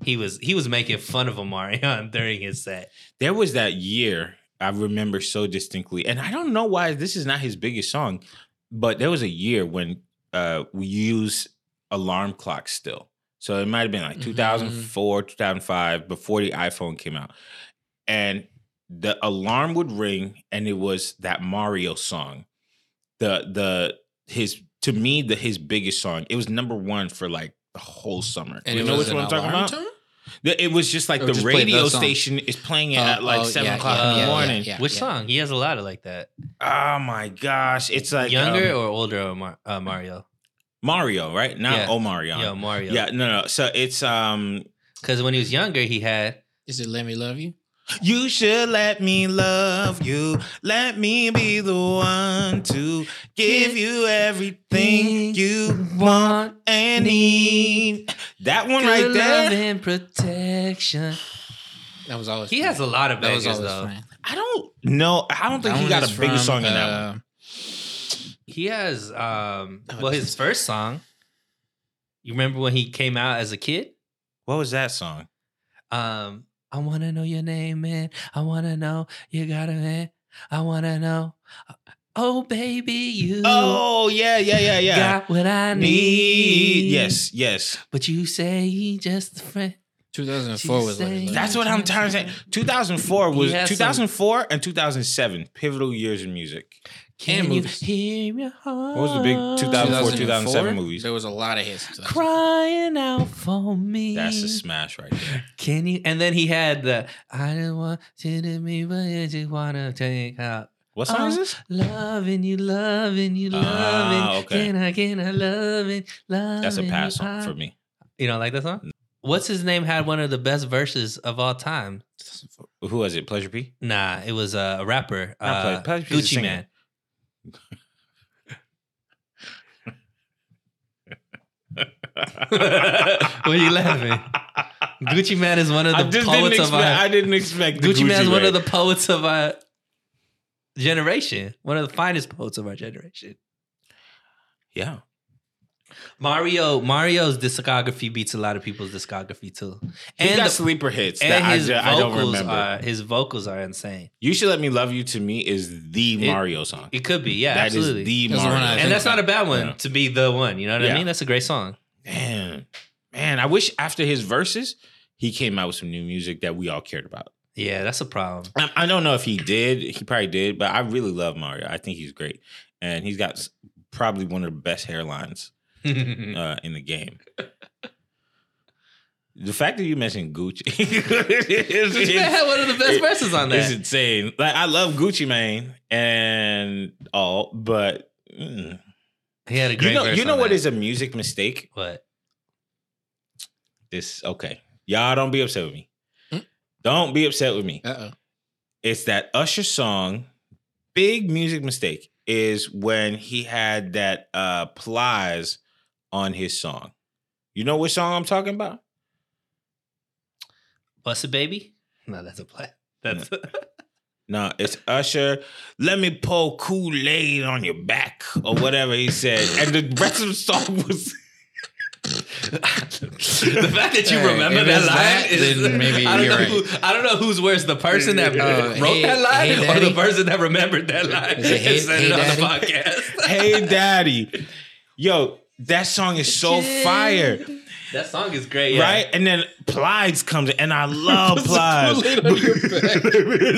Speaker 1: he was he was making fun of Omarion during his set.
Speaker 2: there was that year I remember so distinctly, and I don't know why this is not his biggest song, but there was a year when uh, we used alarm clocks still. So it might have been like
Speaker 3: Mhm.
Speaker 2: 2004, 2005, before the iPhone came out. And the alarm would ring, and it was that Mario song. The the his to me the his biggest song. It was number one for like the whole summer.
Speaker 3: And
Speaker 2: you
Speaker 3: it
Speaker 2: know
Speaker 3: was
Speaker 2: which one
Speaker 3: an
Speaker 2: I'm talking
Speaker 3: alarm
Speaker 2: about?
Speaker 3: tone?
Speaker 2: The- It was just like
Speaker 3: It
Speaker 2: the
Speaker 3: would Oh, just play the
Speaker 2: radio
Speaker 3: song.
Speaker 2: station is playing it
Speaker 3: Oh,
Speaker 2: at like
Speaker 3: oh,
Speaker 2: seven
Speaker 3: yeah,
Speaker 2: o'clock
Speaker 1: yeah,
Speaker 2: in the
Speaker 1: yeah,
Speaker 2: morning.
Speaker 3: yeah.
Speaker 1: Which song? He has a lot of like that.
Speaker 2: Oh my gosh! It's like
Speaker 1: Younger
Speaker 2: um,
Speaker 1: or older Omar, uh, Mario?
Speaker 2: Mario, right? Not
Speaker 1: Yeah.
Speaker 2: yeah. Omarion.
Speaker 1: Yeah,
Speaker 2: Yeah,
Speaker 1: Mario.
Speaker 2: no, no. So it's um,
Speaker 1: Because when he was younger, he had
Speaker 3: Is it Let Me Love You?
Speaker 2: you should let me love you. Let me be the one to give you everything you want and need. That one right
Speaker 1: good love
Speaker 2: there.
Speaker 1: and protection.
Speaker 3: That was always
Speaker 1: He has a lot of
Speaker 3: that was
Speaker 1: bangers
Speaker 3: always
Speaker 1: though.
Speaker 3: fine.
Speaker 2: I don't know. I don't think
Speaker 3: That
Speaker 2: he
Speaker 3: one
Speaker 2: got
Speaker 3: is
Speaker 2: a bigger
Speaker 3: from,
Speaker 2: song in that one.
Speaker 3: uh,
Speaker 1: He has um
Speaker 3: Oh,
Speaker 1: well his
Speaker 3: Jesus.
Speaker 1: first song. You remember when he came out as a kid?
Speaker 2: What was that song?
Speaker 1: Um, I wanna know your name, man. I wanna know you got a man. I wanna know. Oh, baby, you
Speaker 2: Oh yeah, yeah, yeah, yeah.
Speaker 1: got what I need.
Speaker 2: Need. Yes, yes.
Speaker 1: but you say you just a friend.
Speaker 3: 2004 was Let Me Love You.
Speaker 2: That's what I'm trying to say. 2004
Speaker 1: He
Speaker 2: was
Speaker 1: has some-
Speaker 2: 2004 and 2007 pivotal years in music.
Speaker 1: Can you
Speaker 3: movies.
Speaker 1: hear your heart?
Speaker 2: What was the big 2004, 2007 movies?
Speaker 3: There was a lot of hits. in 2004.
Speaker 1: Crying out for me.
Speaker 2: That's a smash right there.
Speaker 1: Can you? And then he had the I don't want you to be, but you just wanna take out
Speaker 2: What song is
Speaker 1: Oh,
Speaker 2: this?
Speaker 1: Loving you, loving you, loving.
Speaker 2: Ah, okay.
Speaker 1: Can I, can I, loving, loving.
Speaker 2: That's a pass
Speaker 1: you,
Speaker 2: song
Speaker 1: I-
Speaker 2: for me.
Speaker 1: You don't like that song? What's his name had one of the best verses of all time?
Speaker 2: Who was it? Pleasure P.
Speaker 1: Nah, it was uh, a rapper,
Speaker 2: Not
Speaker 1: uh,
Speaker 2: Pleasure- Pleasure P's a
Speaker 1: Gucci
Speaker 2: singer.
Speaker 1: Man. What are you laughing? Gucci Man is one of
Speaker 2: I
Speaker 1: the
Speaker 2: just didn't
Speaker 1: poets
Speaker 2: expect.
Speaker 1: of our.
Speaker 2: I didn't expect the
Speaker 1: Gucci, Man's one of
Speaker 2: Man.
Speaker 1: the poets of our generation, one of the finest poets of our generation.
Speaker 2: Yeah,
Speaker 1: Mario Mario's discography beats a lot of people's discography too,
Speaker 2: and he
Speaker 1: and
Speaker 2: got
Speaker 1: the-
Speaker 2: sleeper hits that
Speaker 1: and
Speaker 2: I,
Speaker 1: his
Speaker 2: ju- I don't
Speaker 1: vocals
Speaker 2: remember.
Speaker 1: are his vocals are insane.
Speaker 2: you should let me love you to me is the
Speaker 1: It-
Speaker 2: Mario song.
Speaker 1: It could be, yeah,
Speaker 2: That is
Speaker 1: absolutely.
Speaker 2: the
Speaker 3: That's the
Speaker 2: Mario.
Speaker 3: one I
Speaker 2: song.
Speaker 1: and that's not a bad one
Speaker 2: Yeah.
Speaker 1: to be the one. You know what I
Speaker 2: Yeah.
Speaker 1: mean? That's a great song.
Speaker 2: man, man. I wish after his verses, he came out with some new music that we all cared about.
Speaker 1: Yeah, that's a problem.
Speaker 2: I, I don't know if he did. He probably did, but I really love Mario. I think he's great, and he's got s- probably one of the best hairlines
Speaker 1: Mm.
Speaker 2: uh, in the game. the fact that you mentioned Gucci is,
Speaker 1: Gucci Man had one of the best
Speaker 2: it-
Speaker 1: verses on
Speaker 2: is
Speaker 1: that.
Speaker 2: insane. Like I love Gucci Mane and all, but mm.
Speaker 1: He had a great.
Speaker 2: you know,
Speaker 1: verse
Speaker 2: you know
Speaker 1: on
Speaker 2: what
Speaker 1: that.
Speaker 2: is a music mistake?
Speaker 1: what?
Speaker 2: This okay, y'all don't be upset with me.
Speaker 3: Mm.
Speaker 2: Don't be upset with me.
Speaker 3: Uh oh.
Speaker 2: It's that Usher song. Big music mistake is when he had that uh plies on his song. You know what song I'm talking about?
Speaker 1: Bust a baby? No, that's a play. That's
Speaker 2: No, it's Usher. Let me pour Kool Aid on your back or whatever he said, and the rest of the song was.
Speaker 1: the fact that you
Speaker 3: Hey,
Speaker 1: remember
Speaker 3: if
Speaker 1: that
Speaker 3: it's
Speaker 1: line
Speaker 3: that,
Speaker 1: is
Speaker 3: then maybe
Speaker 1: I don't
Speaker 3: you're
Speaker 1: know. Who, I don't know who's worse, the person that
Speaker 3: Uh,
Speaker 1: wrote
Speaker 3: hey-
Speaker 1: that line
Speaker 3: hey,
Speaker 1: or the
Speaker 3: daddy?
Speaker 1: person that remembered that line
Speaker 3: Is it hey-
Speaker 1: and said
Speaker 3: hey,
Speaker 1: it on
Speaker 3: daddy?
Speaker 1: the podcast.
Speaker 2: hey, daddy, yo, that song is so fire,
Speaker 1: that song is great, yeah.
Speaker 2: right? And then Plies comes, in, and I love Plies.
Speaker 3: Kool-Aid on your back.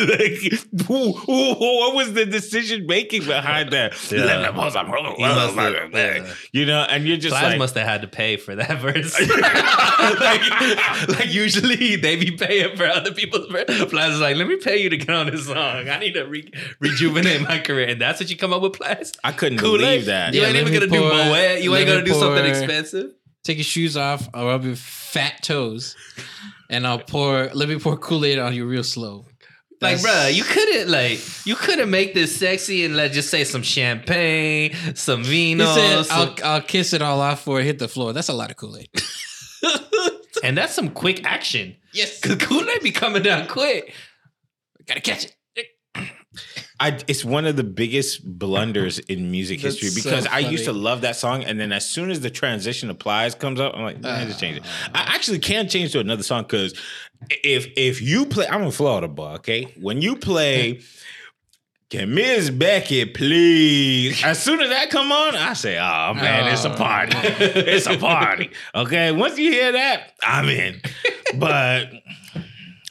Speaker 2: Like, who- who- what was the decision making behind that?
Speaker 1: Yeah.
Speaker 2: Let me pour some Kool-Aid
Speaker 1: You must
Speaker 2: on my
Speaker 1: have-
Speaker 2: back.
Speaker 1: yeah.
Speaker 2: You know, and you're just
Speaker 1: Plies
Speaker 2: like,
Speaker 1: must have had to pay for that verse. like, like usually they be paying for other people's verse. Plies is like, let me pay you to get on this song. I need to re- rejuvenate my career, and that's what you come up with, Plies.
Speaker 2: I couldn't
Speaker 1: Kool-Aid.
Speaker 2: believe that.
Speaker 1: You
Speaker 3: Yeah,
Speaker 1: ain't
Speaker 3: let
Speaker 1: even
Speaker 3: me
Speaker 1: gonna do
Speaker 3: pour-
Speaker 1: Moet. You
Speaker 3: let
Speaker 1: ain't gonna
Speaker 3: me
Speaker 1: do something
Speaker 3: pour-
Speaker 1: expensive.
Speaker 3: Take your shoes off. I'll rub your fat toes, and I'll pour. Let me pour Kool Aid on you real slow.
Speaker 1: Like,
Speaker 3: That's-
Speaker 1: bruh, you couldn't like you couldn't make this sexy and let just say some champagne, some
Speaker 3: He
Speaker 1: vino,
Speaker 3: said,
Speaker 1: some-
Speaker 3: I'll, "I'll kiss it all off before it hit the floor." That's a lot of Kool Aid.
Speaker 1: and that's some quick action.
Speaker 3: yes,
Speaker 1: Cause Kool Aid be coming down quick.
Speaker 3: gotta catch it.
Speaker 2: I, it's one of the biggest blunders in music
Speaker 3: That's
Speaker 2: history
Speaker 3: so
Speaker 2: because I used to
Speaker 3: funny.
Speaker 2: love that song, and then as soon as the transition applies comes up, I'm like, nah, I just change it.
Speaker 3: Ah.
Speaker 2: I actually can change to another song because if if you play, I'm in Florida bar, okay? When you play, can Miss Becky please? As soon as that come on, I say, oh man, it's a
Speaker 3: Oh.
Speaker 2: party, it's a party, okay? Once you hear that, I'm in. But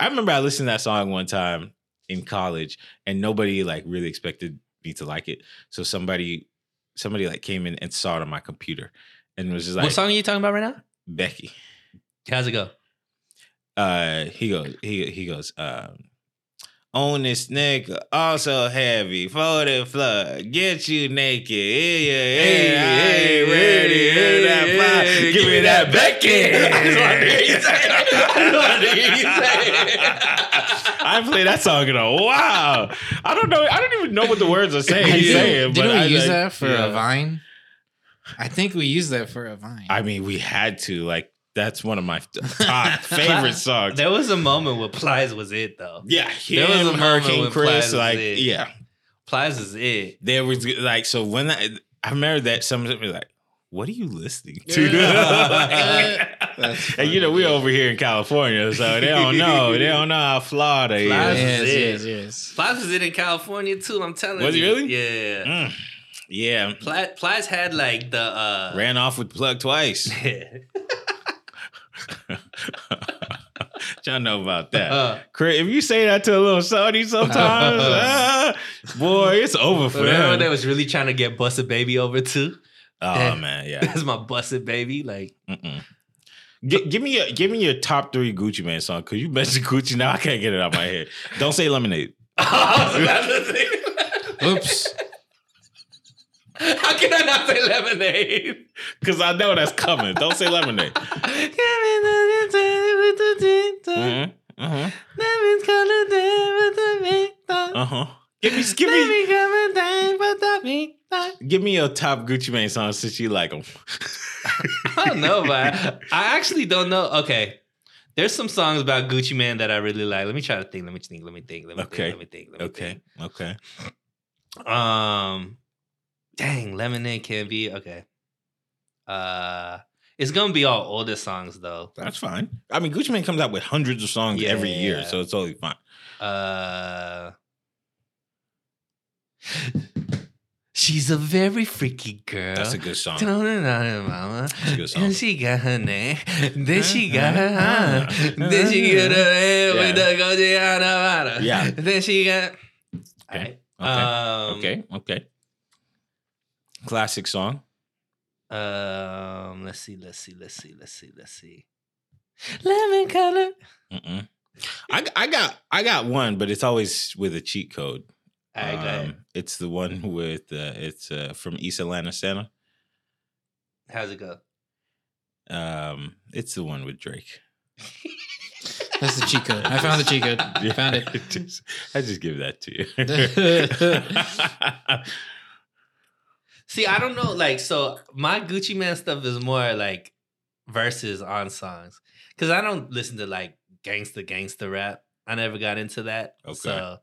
Speaker 2: I remember I listened to that song one time in college and nobody like really expected me to like it. So somebody somebody like came in and saw it on my computer and was just like
Speaker 1: what song are you talking about right now?
Speaker 2: Becky.
Speaker 1: How's it go?
Speaker 2: Uh he goes he he goes um on this nigga, also heavy, folded flood, get you naked, yeah, yeah, yeah, I ain't ready, hear that fly, give me that Becky.
Speaker 1: I just wanted to hear you say it. I just wanted to hear you say it.
Speaker 2: I haven't played that song in a while. I don't know. I don't even know what the words are saying.
Speaker 3: Did
Speaker 2: He's
Speaker 3: you-
Speaker 2: saying, but
Speaker 3: didn't we
Speaker 2: I
Speaker 3: use
Speaker 2: like-
Speaker 3: that for
Speaker 2: yeah.
Speaker 3: a vine? I think we used that for a vine.
Speaker 2: I mean, we had to. Like, that's one of my top favorite songs.
Speaker 1: There was a moment where Plies was it though.
Speaker 2: Yeah,
Speaker 1: was a
Speaker 2: him,
Speaker 1: moment
Speaker 2: Hurricane
Speaker 1: when
Speaker 2: Chris.
Speaker 1: Plies
Speaker 2: Like,
Speaker 1: was it.
Speaker 2: yeah,
Speaker 1: Plies is it.
Speaker 2: there was like so when I, I remember that someone was like, "What are you listening to?"
Speaker 3: Yeah. That's
Speaker 2: and you know,
Speaker 3: funny.
Speaker 2: we're over here in California, so they don't know. They don't know how Florida
Speaker 1: Florida.
Speaker 2: is.
Speaker 3: Yes,
Speaker 1: This
Speaker 3: yes,
Speaker 1: is
Speaker 3: yes.
Speaker 1: Plies was it in California too. I'm telling
Speaker 2: Was he
Speaker 1: you.
Speaker 2: really?
Speaker 1: Yeah.
Speaker 2: Mm. Yeah,
Speaker 1: Pli- Plies had like the uh
Speaker 2: ran off with plug twice. Y'all know about that.
Speaker 1: Uh,
Speaker 2: Chris, if you say that to a little Saudi sometimes, ah, boy, it's over for
Speaker 1: remember when they
Speaker 2: them.
Speaker 1: was really trying to get Busted Baby over too?
Speaker 2: Oh man, yeah.
Speaker 1: That's my Busted Baby. Like
Speaker 2: Mm-mm. Gi- give me your give me your top three Gucci Man song because you mentioned Gucci now I can't get it out of my head. Don't say lemonade.
Speaker 1: I was about to say-
Speaker 3: Oops.
Speaker 1: How can I not say lemonade?
Speaker 2: Because I know that's coming. Don't say lemonade. Mhm. Uh-huh. Uh-huh. Give me, give me, give me your top Gucci Mane song since you like them.
Speaker 1: I don't know, but I actually don't know. Okay. There's some songs about Gucci Man that I really like. Let me try to think. Let me think. Let me think. Let me
Speaker 2: Okay.
Speaker 1: think. Let me think. Let me
Speaker 2: Okay. Okay.
Speaker 1: think. Um dang, lemonade can be okay. Uh it's gonna be all older songs though.
Speaker 2: That's fine. I mean, Gucci Mane comes out with hundreds of songs
Speaker 1: Yeah,
Speaker 2: every
Speaker 1: yeah,
Speaker 2: year,
Speaker 1: yeah.
Speaker 2: so it's totally fine.
Speaker 1: Uh, she's a very freaky girl.
Speaker 2: That's a good song.
Speaker 1: Don't know, mama.
Speaker 2: That's a good song.
Speaker 1: And she got her name. Then she got her hand. Then she got her name with the Gucci on her bottom.
Speaker 2: Yeah.
Speaker 1: Then she got.
Speaker 2: Okay.
Speaker 1: Alright.
Speaker 2: Okay.
Speaker 1: Um,
Speaker 2: okay. Okay. Classic song.
Speaker 1: Um. Let's see. Let's see. Let's see. Let's see. Let's see. Lemon color.
Speaker 2: Mm-mm. I I got I got one, but it's always with a cheat code.
Speaker 1: All right, go ahead.
Speaker 2: Um, it's the one with uh, it's uh, from East Atlanta Santa.
Speaker 1: How's it go?
Speaker 2: Um, it's the one with Drake.
Speaker 3: That's the cheat code. I found the cheat code. Found it.
Speaker 2: I just, I just give that to you.
Speaker 1: See, I don't know. Like, so my Gucci Man stuff is more like verses on songs because I don't listen to like gangsta gangsta rap. I never got into that.
Speaker 2: Okay.
Speaker 1: So,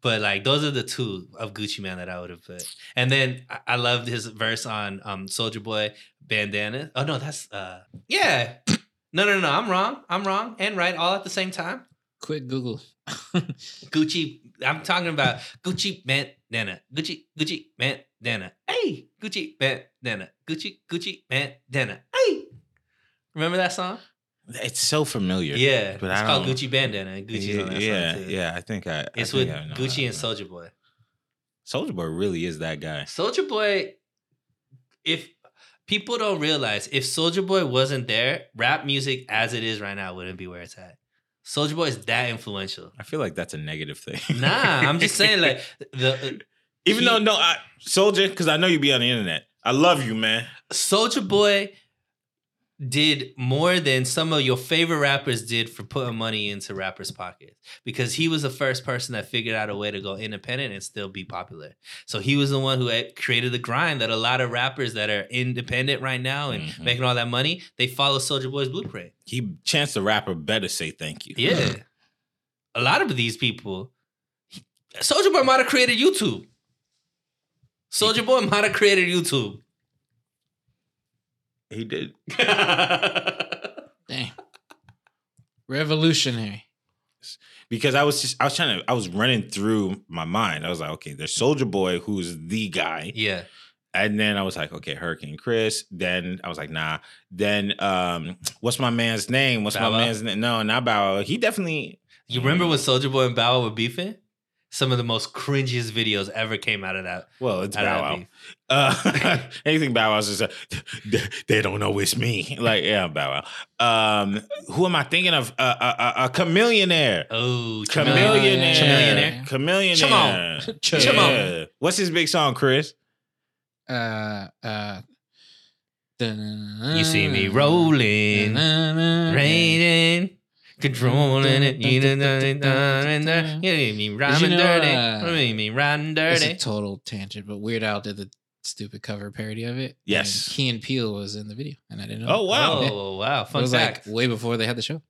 Speaker 1: but like those are the two of Gucci Man that I would have put. And then I, I loved his verse on um Soldier Boy Bandana. Oh no, that's uh yeah. No, no, no, I'm wrong. I'm wrong and right all at the same time.
Speaker 3: Quick Google.
Speaker 1: Gucci. I'm talking about Gucci bandana. Gucci Gucci bandana. Hey, Gucci bandana. Gucci Gucci bandana. Hey, remember that song?
Speaker 2: it's so familiar.
Speaker 1: Yeah,
Speaker 2: but
Speaker 1: it's
Speaker 2: I
Speaker 1: called
Speaker 2: don't-
Speaker 1: Gucci bandana. and Gucci's
Speaker 2: yeah,
Speaker 1: on that
Speaker 2: yeah,
Speaker 1: song too.
Speaker 2: yeah, I think I.
Speaker 1: It's with Gucci and Soldier Boy.
Speaker 2: Soldier Boy really is that guy.
Speaker 1: Soldier Boy. If people don't realize, if Soldier Boy wasn't there, rap music as it is right now wouldn't be where it's at. Soldier Boy is that influential.
Speaker 2: I feel like that's a negative thing.
Speaker 1: Nah, I'm just saying like the uh,
Speaker 2: even
Speaker 1: he-
Speaker 2: though no, I, Soldier, because I know you be on the internet. I love you, man.
Speaker 1: Soldier Boy did more than some of your favorite rappers did for putting money into rappers' pockets because he was the first person that figured out a way to go independent and still be popular. So he was the one who had created the grind that a lot of rappers that are independent right now and
Speaker 2: Mhm.
Speaker 1: making all that money, they follow Soldier Boy's blueprint.
Speaker 2: He Chance the Rapper better say thank you.
Speaker 1: Yeah. A lot of these people, Soldier Boy might have created YouTube. Soldier Boy might have created YouTube.
Speaker 2: he did.
Speaker 3: Dang. Revolutionary.
Speaker 2: because I was just I was trying to I was running through my mind. I was like, okay, there's Soldier Boy who's the guy,
Speaker 1: yeah.
Speaker 2: and then I was like, okay, Hurricane Chris. Then I was like, nah. Then um, what's my man's name? What's
Speaker 1: Bow
Speaker 2: my
Speaker 1: Wow?
Speaker 2: man's name? No, not Bow. Wow. He definitely.
Speaker 1: You remember when Soldier Boy and Bow Wow were beefing? Some of the most cringiest videos ever came out of that.
Speaker 2: Well, it's
Speaker 1: out of
Speaker 2: Bow
Speaker 1: that
Speaker 2: Wow.
Speaker 1: beef.
Speaker 2: Uh, anything Bow Wow's just uh, they don't know it's me. Like yeah, Bow Wow. Um, who am I thinking of? Uh, uh, uh, uh, chameleonaire.
Speaker 1: Oh,
Speaker 2: Chameleonaire.
Speaker 1: Chameleonaire.
Speaker 2: Chameleonaire.
Speaker 1: Come on.
Speaker 3: Chum.
Speaker 1: on.
Speaker 2: Yeah. What's his big song, Chris?
Speaker 3: Uh, uh,
Speaker 1: You see me rolling, raining, controlling it. You know, da- da- da- da- da. You know me rhyming
Speaker 3: know,
Speaker 1: dirty.
Speaker 3: uh,
Speaker 1: You know me rhyming
Speaker 3: It's a
Speaker 1: dirty.
Speaker 3: total tangent, but Weird Al did the stupid cover parody of it.
Speaker 2: Yes.
Speaker 3: And Key and Peele was in the video, and I didn't know.
Speaker 2: Oh wow,
Speaker 1: Oh, wow.
Speaker 3: it
Speaker 1: Fun
Speaker 3: was
Speaker 1: fact.
Speaker 3: like way before they had the show.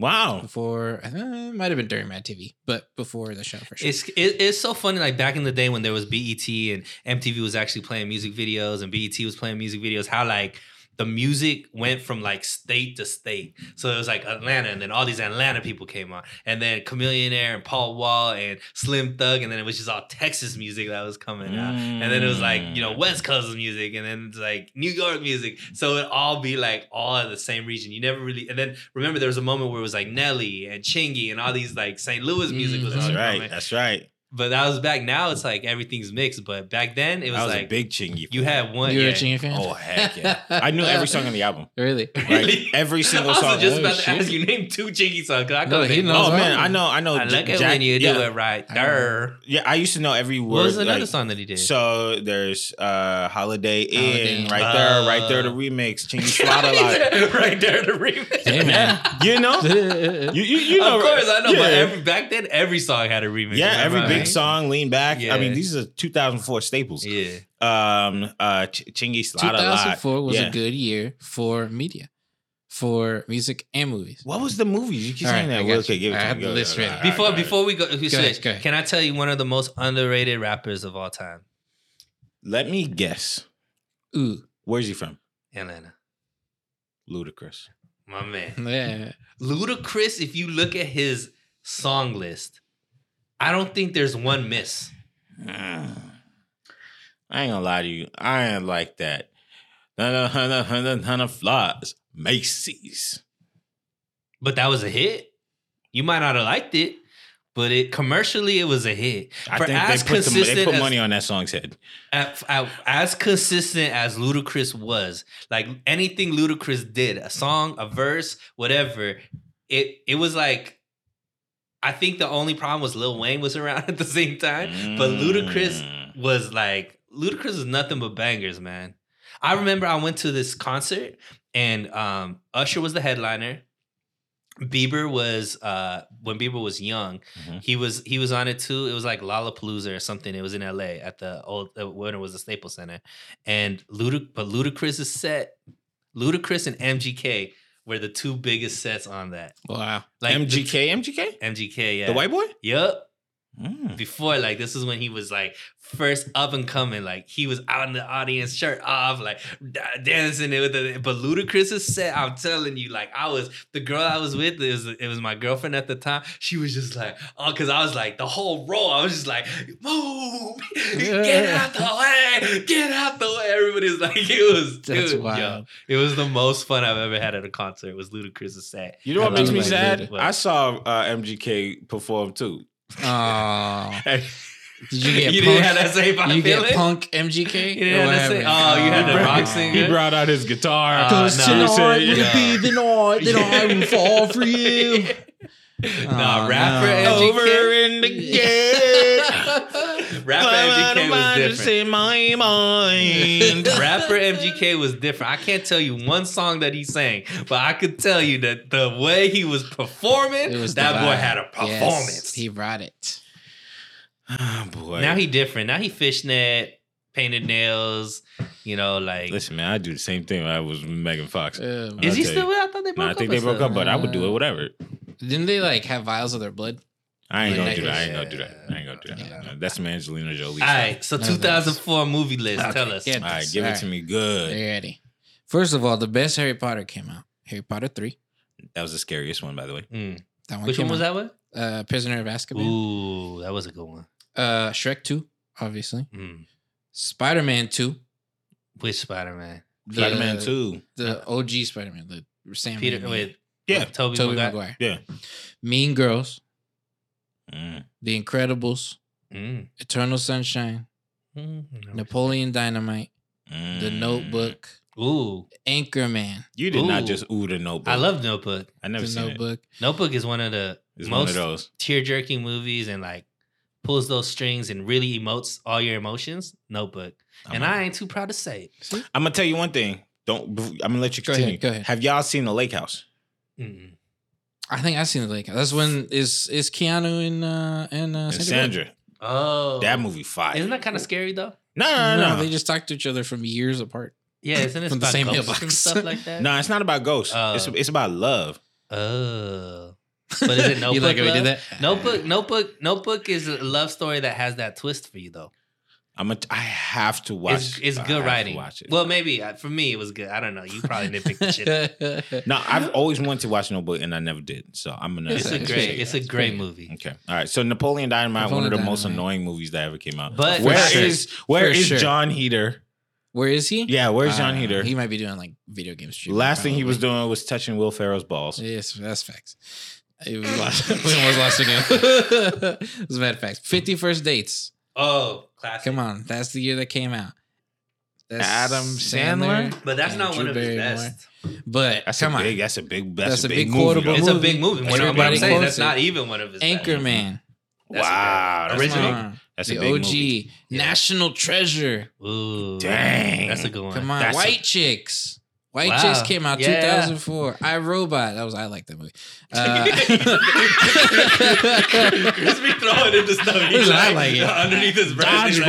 Speaker 2: wow.
Speaker 3: Before uh, it might have been during Mad TV, but before the show for sure.
Speaker 1: It's it, it's so funny. Like back in the day when there was BET and MTV was actually playing music videos and BET was playing music videos, how like the music went from like state to state. So it was like Atlanta, and then all these Atlanta people came on, and then Chameleon Air and Paul Wall and Slim Thug, and then it was just all Texas music that was coming out. And then it was like, you know,
Speaker 2: Mm.
Speaker 1: West Coast music, and then it's like New York music. So it all be like all in the same region. You never really. And then remember, there was a moment where it was like Nelly and Chingy and all these like St. Louis music
Speaker 3: Mm,
Speaker 1: was
Speaker 3: that's
Speaker 1: all
Speaker 2: That's
Speaker 1: coming.
Speaker 2: right. That's right.
Speaker 1: But that was back now. It's like everything's mixed. But back then it was,
Speaker 2: I was
Speaker 1: like
Speaker 2: a big Chingy.
Speaker 1: you
Speaker 2: fan.
Speaker 1: had one.
Speaker 3: you were
Speaker 1: yeah.
Speaker 3: a Chingy fan?
Speaker 2: Oh heck yeah! I knew every song on the album.
Speaker 3: Really?
Speaker 2: Right?
Speaker 1: Really?
Speaker 2: Every single
Speaker 1: I
Speaker 2: song.
Speaker 1: was just
Speaker 2: Oh,
Speaker 1: about to
Speaker 2: shit.
Speaker 1: ask you name two Chingy songs. 'cause I
Speaker 3: No,
Speaker 1: couldn't
Speaker 3: he
Speaker 1: think.
Speaker 3: knows
Speaker 2: Oh
Speaker 3: all
Speaker 2: man,
Speaker 3: of
Speaker 2: I
Speaker 3: them.
Speaker 2: know, I know.
Speaker 1: I like it
Speaker 2: Jack-
Speaker 1: when you
Speaker 2: yeah,
Speaker 1: do it right
Speaker 3: I know.
Speaker 1: there.
Speaker 2: Yeah, I used to know every word.
Speaker 1: What was another
Speaker 2: like-
Speaker 1: song that he did?
Speaker 2: So there's uh Holiday
Speaker 3: Holiday
Speaker 2: Inn
Speaker 3: Inn.
Speaker 2: right there, right there the
Speaker 1: Uh.
Speaker 2: remix, Chingy
Speaker 1: He
Speaker 2: Slaughter Lot.
Speaker 1: said, right there, the remix.
Speaker 3: Hey, man.
Speaker 2: You know? You you, you know
Speaker 1: of course, I know.
Speaker 2: yeah.
Speaker 1: But every back then, every song had a remix.
Speaker 2: yeah,
Speaker 1: remember,
Speaker 2: every big
Speaker 1: right?
Speaker 2: song, lean back.
Speaker 1: Yeah.
Speaker 2: I mean, these are 2004 staples.
Speaker 1: Yeah,
Speaker 2: Um, uh, Ch- Chingy Slaughter Lot.
Speaker 3: 2004 was
Speaker 2: Yeah.
Speaker 3: a good year for media, for music and movies.
Speaker 2: What was the movies? You keep
Speaker 3: All right,
Speaker 2: saying
Speaker 3: I
Speaker 2: that.
Speaker 3: got
Speaker 2: Well,
Speaker 3: you.
Speaker 2: okay, give it
Speaker 3: I
Speaker 2: to
Speaker 3: have
Speaker 2: me.
Speaker 3: the
Speaker 2: Go,
Speaker 3: list
Speaker 2: go, go.
Speaker 3: ready.
Speaker 2: All
Speaker 1: before
Speaker 2: right, all right.
Speaker 1: before we go, switch,
Speaker 3: ahead, go ahead.
Speaker 1: can I tell you one of the most underrated rappers of all time?
Speaker 2: let me guess.
Speaker 3: Ooh.
Speaker 2: Where's he from?
Speaker 1: Atlanta,
Speaker 2: Ludacris.
Speaker 1: my man.
Speaker 3: Yeah.
Speaker 1: Ludacris, if you look at his song list, I don't think there's one miss.
Speaker 2: Mm. I ain't gonna lie to you. I ain't like that. Hunna, hunna, hunna, hunna flies. Macy's.
Speaker 1: But that was a hit. You might not have liked it, but it commercially it was a hit.
Speaker 2: I
Speaker 1: For as
Speaker 2: think they put, the, they
Speaker 1: consistent
Speaker 2: put
Speaker 1: as-
Speaker 2: money on that song's head.
Speaker 1: At- at- As consistent as Ludacris was, like anything Ludacris did, a song, a verse, whatever, it it was like. I think the only problem was Lil Wayne was around at the same time, but Ludacris
Speaker 2: Mm.
Speaker 1: was like Ludacris is nothing but bangers, man. I remember I went to this concert and um Usher was the headliner. Bieber was uh when Bieber was young,
Speaker 2: Mhm.
Speaker 1: he was he was on it too. It was like Lollapalooza or something. It was in LA at the old uh, when it was the Staples Center. And Ludic but Ludacris is set. Ludacris and MGK were the two biggest sets on that.
Speaker 3: Wow.
Speaker 1: Like the-
Speaker 2: MGK, MGK,
Speaker 1: MGK, yeah.
Speaker 2: the white boy.
Speaker 1: Yep
Speaker 2: Mm.
Speaker 1: before like this is when he was like first up and coming like he was out in the audience shirt off like da- dancing it with the but ludacris set i'm telling you like i was the girl i was with it was, it was my girlfriend at the time she was just like oh because i was like the whole row i was just like move get out the way get out the way everybody's like it was
Speaker 3: That's
Speaker 1: dude,
Speaker 3: wild.
Speaker 1: yo, it was the most fun i've ever had at a concert was ludacris set
Speaker 2: You know what
Speaker 3: I
Speaker 2: makes
Speaker 3: love
Speaker 2: me
Speaker 3: Ludacris.
Speaker 2: sad?
Speaker 1: What?
Speaker 2: I saw uh, MGK perform too.
Speaker 3: Aw.
Speaker 2: Hey,
Speaker 3: Did you get
Speaker 1: you
Speaker 3: punk?
Speaker 1: didn't have that same
Speaker 3: you
Speaker 1: feeling
Speaker 3: get punk MGK?
Speaker 1: You didn't have
Speaker 3: Or
Speaker 1: that
Speaker 3: whatever.
Speaker 1: same- oh, you had
Speaker 2: the rock
Speaker 1: singer?
Speaker 2: he brought out his guitar.
Speaker 1: Uh, Goes to
Speaker 2: He
Speaker 1: no,
Speaker 2: said,
Speaker 1: would
Speaker 2: yeah.
Speaker 1: be
Speaker 3: the night
Speaker 1: nah,
Speaker 3: Oh,
Speaker 1: rapper
Speaker 3: no.
Speaker 1: MGK.
Speaker 2: Over in the gate.
Speaker 1: rapper MGK was different.
Speaker 2: my mind.
Speaker 1: Rapper MGK was different. I can't tell you one song that he sang, but I could tell you that the way he was performing,
Speaker 3: It was
Speaker 1: that
Speaker 3: divine.
Speaker 1: boy had a
Speaker 3: Yes,
Speaker 1: performance.
Speaker 3: he brought it.
Speaker 2: oh boy.
Speaker 1: now he different. Now he fishnet, painted nails, you know, like
Speaker 2: listen, man. I do the same thing. When I was with Megan Fox.
Speaker 3: Uh,
Speaker 1: is he
Speaker 2: I'll tell
Speaker 1: still
Speaker 2: you.
Speaker 1: with? I thought they broke
Speaker 2: Nah, I
Speaker 1: up.
Speaker 2: think
Speaker 1: or
Speaker 2: they broke
Speaker 1: something.
Speaker 2: up, but I would do it. Whatever.
Speaker 3: didn't they like have vials of their blood?
Speaker 2: I ain't gonna do that. I ain't
Speaker 1: Yeah.
Speaker 2: gonna do that. I ain't gonna do that.
Speaker 3: Yeah.
Speaker 2: No, That's some Angelina Jolie.
Speaker 1: All right, so
Speaker 3: No,
Speaker 1: 2004 movie list. Tell us.
Speaker 2: All right, give it to me good.
Speaker 3: You ready? First of all, the best Harry Potter came out. Harry Potter three.
Speaker 2: That was the scariest one, by the way.
Speaker 1: Mm.
Speaker 3: That one.
Speaker 1: Which
Speaker 3: came
Speaker 1: one was
Speaker 3: out.
Speaker 1: that one?
Speaker 3: Uh, Prisoner of Azkaban.
Speaker 1: Ooh, that was a good one.
Speaker 3: Uh, Shrek two, obviously.
Speaker 1: Mm.
Speaker 3: Spider Man two.
Speaker 1: Which Spider Man?
Speaker 3: The-
Speaker 2: Spider Man Two.
Speaker 3: The OG Spider Man. The Sam.
Speaker 1: Peter
Speaker 3: Raimi,
Speaker 1: with
Speaker 2: Yeah.
Speaker 1: Toby,
Speaker 3: Tobey
Speaker 1: Maguire.
Speaker 3: Maguire.
Speaker 2: Yeah.
Speaker 3: Mean Girls.
Speaker 2: Mm.
Speaker 3: The Incredibles.
Speaker 1: Mm.
Speaker 3: Eternal Sunshine.
Speaker 1: Mm.
Speaker 3: Napoleon Dynamite. The
Speaker 2: Mm.
Speaker 3: Notebook.
Speaker 1: Ooh,
Speaker 3: Anchorman.
Speaker 2: You did not
Speaker 1: Ooh.
Speaker 2: just ooh the Notebook.
Speaker 1: I love Notebook.
Speaker 2: I never
Speaker 3: the
Speaker 2: seen it.
Speaker 3: Notebook.
Speaker 1: Notebook is one of the
Speaker 2: It's one of
Speaker 1: most
Speaker 2: those.
Speaker 1: tear jerking movies and like pulls those strings and really emotes all your emotions. Notebook. and
Speaker 2: I'm-
Speaker 1: I ain't too proud to say it.
Speaker 2: I'm gonna tell you one thing. Don't. bef- I'm gonna let you
Speaker 3: Go
Speaker 2: continue.
Speaker 3: ahead, go ahead.
Speaker 2: Have y'all seen the Lake House?
Speaker 1: Mm-mm.
Speaker 3: I think I've seen the Lake. That's when is is Keanu and uh and uh,
Speaker 2: And
Speaker 3: Sandra.
Speaker 2: Sandra.
Speaker 1: Oh.
Speaker 2: That movie fire.
Speaker 1: Isn't that kind of scary though?
Speaker 2: no,
Speaker 3: No,
Speaker 2: no,
Speaker 3: no,
Speaker 2: no, no.
Speaker 3: they just talk to each other from years apart.
Speaker 1: Yeah, isn't it
Speaker 3: From the
Speaker 1: about
Speaker 3: same
Speaker 1: ghosts and
Speaker 3: mailbox.
Speaker 1: stuff like that?
Speaker 2: No, it's not about ghosts.
Speaker 1: Oh.
Speaker 2: it's it's about love.
Speaker 1: Oh. But is it
Speaker 3: you
Speaker 1: Notebook
Speaker 3: like how we did
Speaker 1: love?
Speaker 3: that?
Speaker 1: Notebook, Notebook, Notebook is a love story that has that twist for you though.
Speaker 2: I'm a, I have to watch.
Speaker 1: It's, it's
Speaker 2: I
Speaker 1: good
Speaker 2: have to
Speaker 1: writing.
Speaker 2: Watch it. Well,
Speaker 1: Well, maybe uh, for me it was good. I don't know. You probably nitpicked the shit.
Speaker 3: shit.
Speaker 2: no, I've always wanted to watch Notebook and I never did. So I'm gonna.
Speaker 1: It's a
Speaker 3: It's
Speaker 1: great,
Speaker 3: pretty-
Speaker 1: it's a
Speaker 3: it's
Speaker 1: great
Speaker 3: pretty-
Speaker 1: movie.
Speaker 2: Okay. All right. So Napoleon Dynamite, one of the
Speaker 3: Napoleon
Speaker 2: most
Speaker 3: Dynamite.
Speaker 2: annoying movies that ever came out.
Speaker 1: But-
Speaker 2: Where is
Speaker 1: For sure.
Speaker 2: where
Speaker 3: For
Speaker 2: is
Speaker 3: sure.
Speaker 2: John Heater?
Speaker 3: Where is he?
Speaker 2: Yeah, where's John
Speaker 3: Uh,
Speaker 2: Heater?
Speaker 3: He might be doing like video game streaming.
Speaker 2: Last thing he was
Speaker 3: probably.
Speaker 2: doing was touching Will Farrell's balls.
Speaker 3: Yes, that's facts. We, lost, we almost lost Sunil. As a matter of fact, 50 First Dates.
Speaker 1: Oh, classic.
Speaker 3: Come on. That's the year that came out. That's
Speaker 2: Adam Sandler?
Speaker 1: But that's
Speaker 3: and
Speaker 1: not
Speaker 3: Drew
Speaker 1: one of his
Speaker 3: Barrymore.
Speaker 1: best.
Speaker 3: But
Speaker 2: That's
Speaker 3: come
Speaker 2: a
Speaker 3: on.
Speaker 2: big. That's a big. That's,
Speaker 3: That's
Speaker 2: a
Speaker 3: a
Speaker 2: big,
Speaker 3: big
Speaker 2: movie.
Speaker 3: quotable
Speaker 2: though.
Speaker 1: It's a big
Speaker 3: movie.
Speaker 1: movie. What I'm- what I'm
Speaker 3: Everybody
Speaker 1: saying,
Speaker 3: quotes
Speaker 1: that's
Speaker 3: it.
Speaker 1: not even one of his best.
Speaker 3: Anchorman.
Speaker 1: That's a
Speaker 2: Wow,
Speaker 1: good-
Speaker 2: that's
Speaker 1: original.
Speaker 2: big. That's
Speaker 3: the
Speaker 2: a big
Speaker 3: OG.
Speaker 2: Movie. Yeah.
Speaker 3: National Treasure.
Speaker 1: Ooh,
Speaker 2: Dang.
Speaker 1: that's a good one.
Speaker 3: Come on.
Speaker 2: That's a-
Speaker 3: White Chicks. White
Speaker 1: Wow.
Speaker 3: Chicks came out
Speaker 1: Yeah.
Speaker 3: 2004. I Robot. That was I like that movie. Uh,
Speaker 1: Just be throwing it just stuff.
Speaker 3: Listen, I like it.
Speaker 1: Underneath his breath. he's like-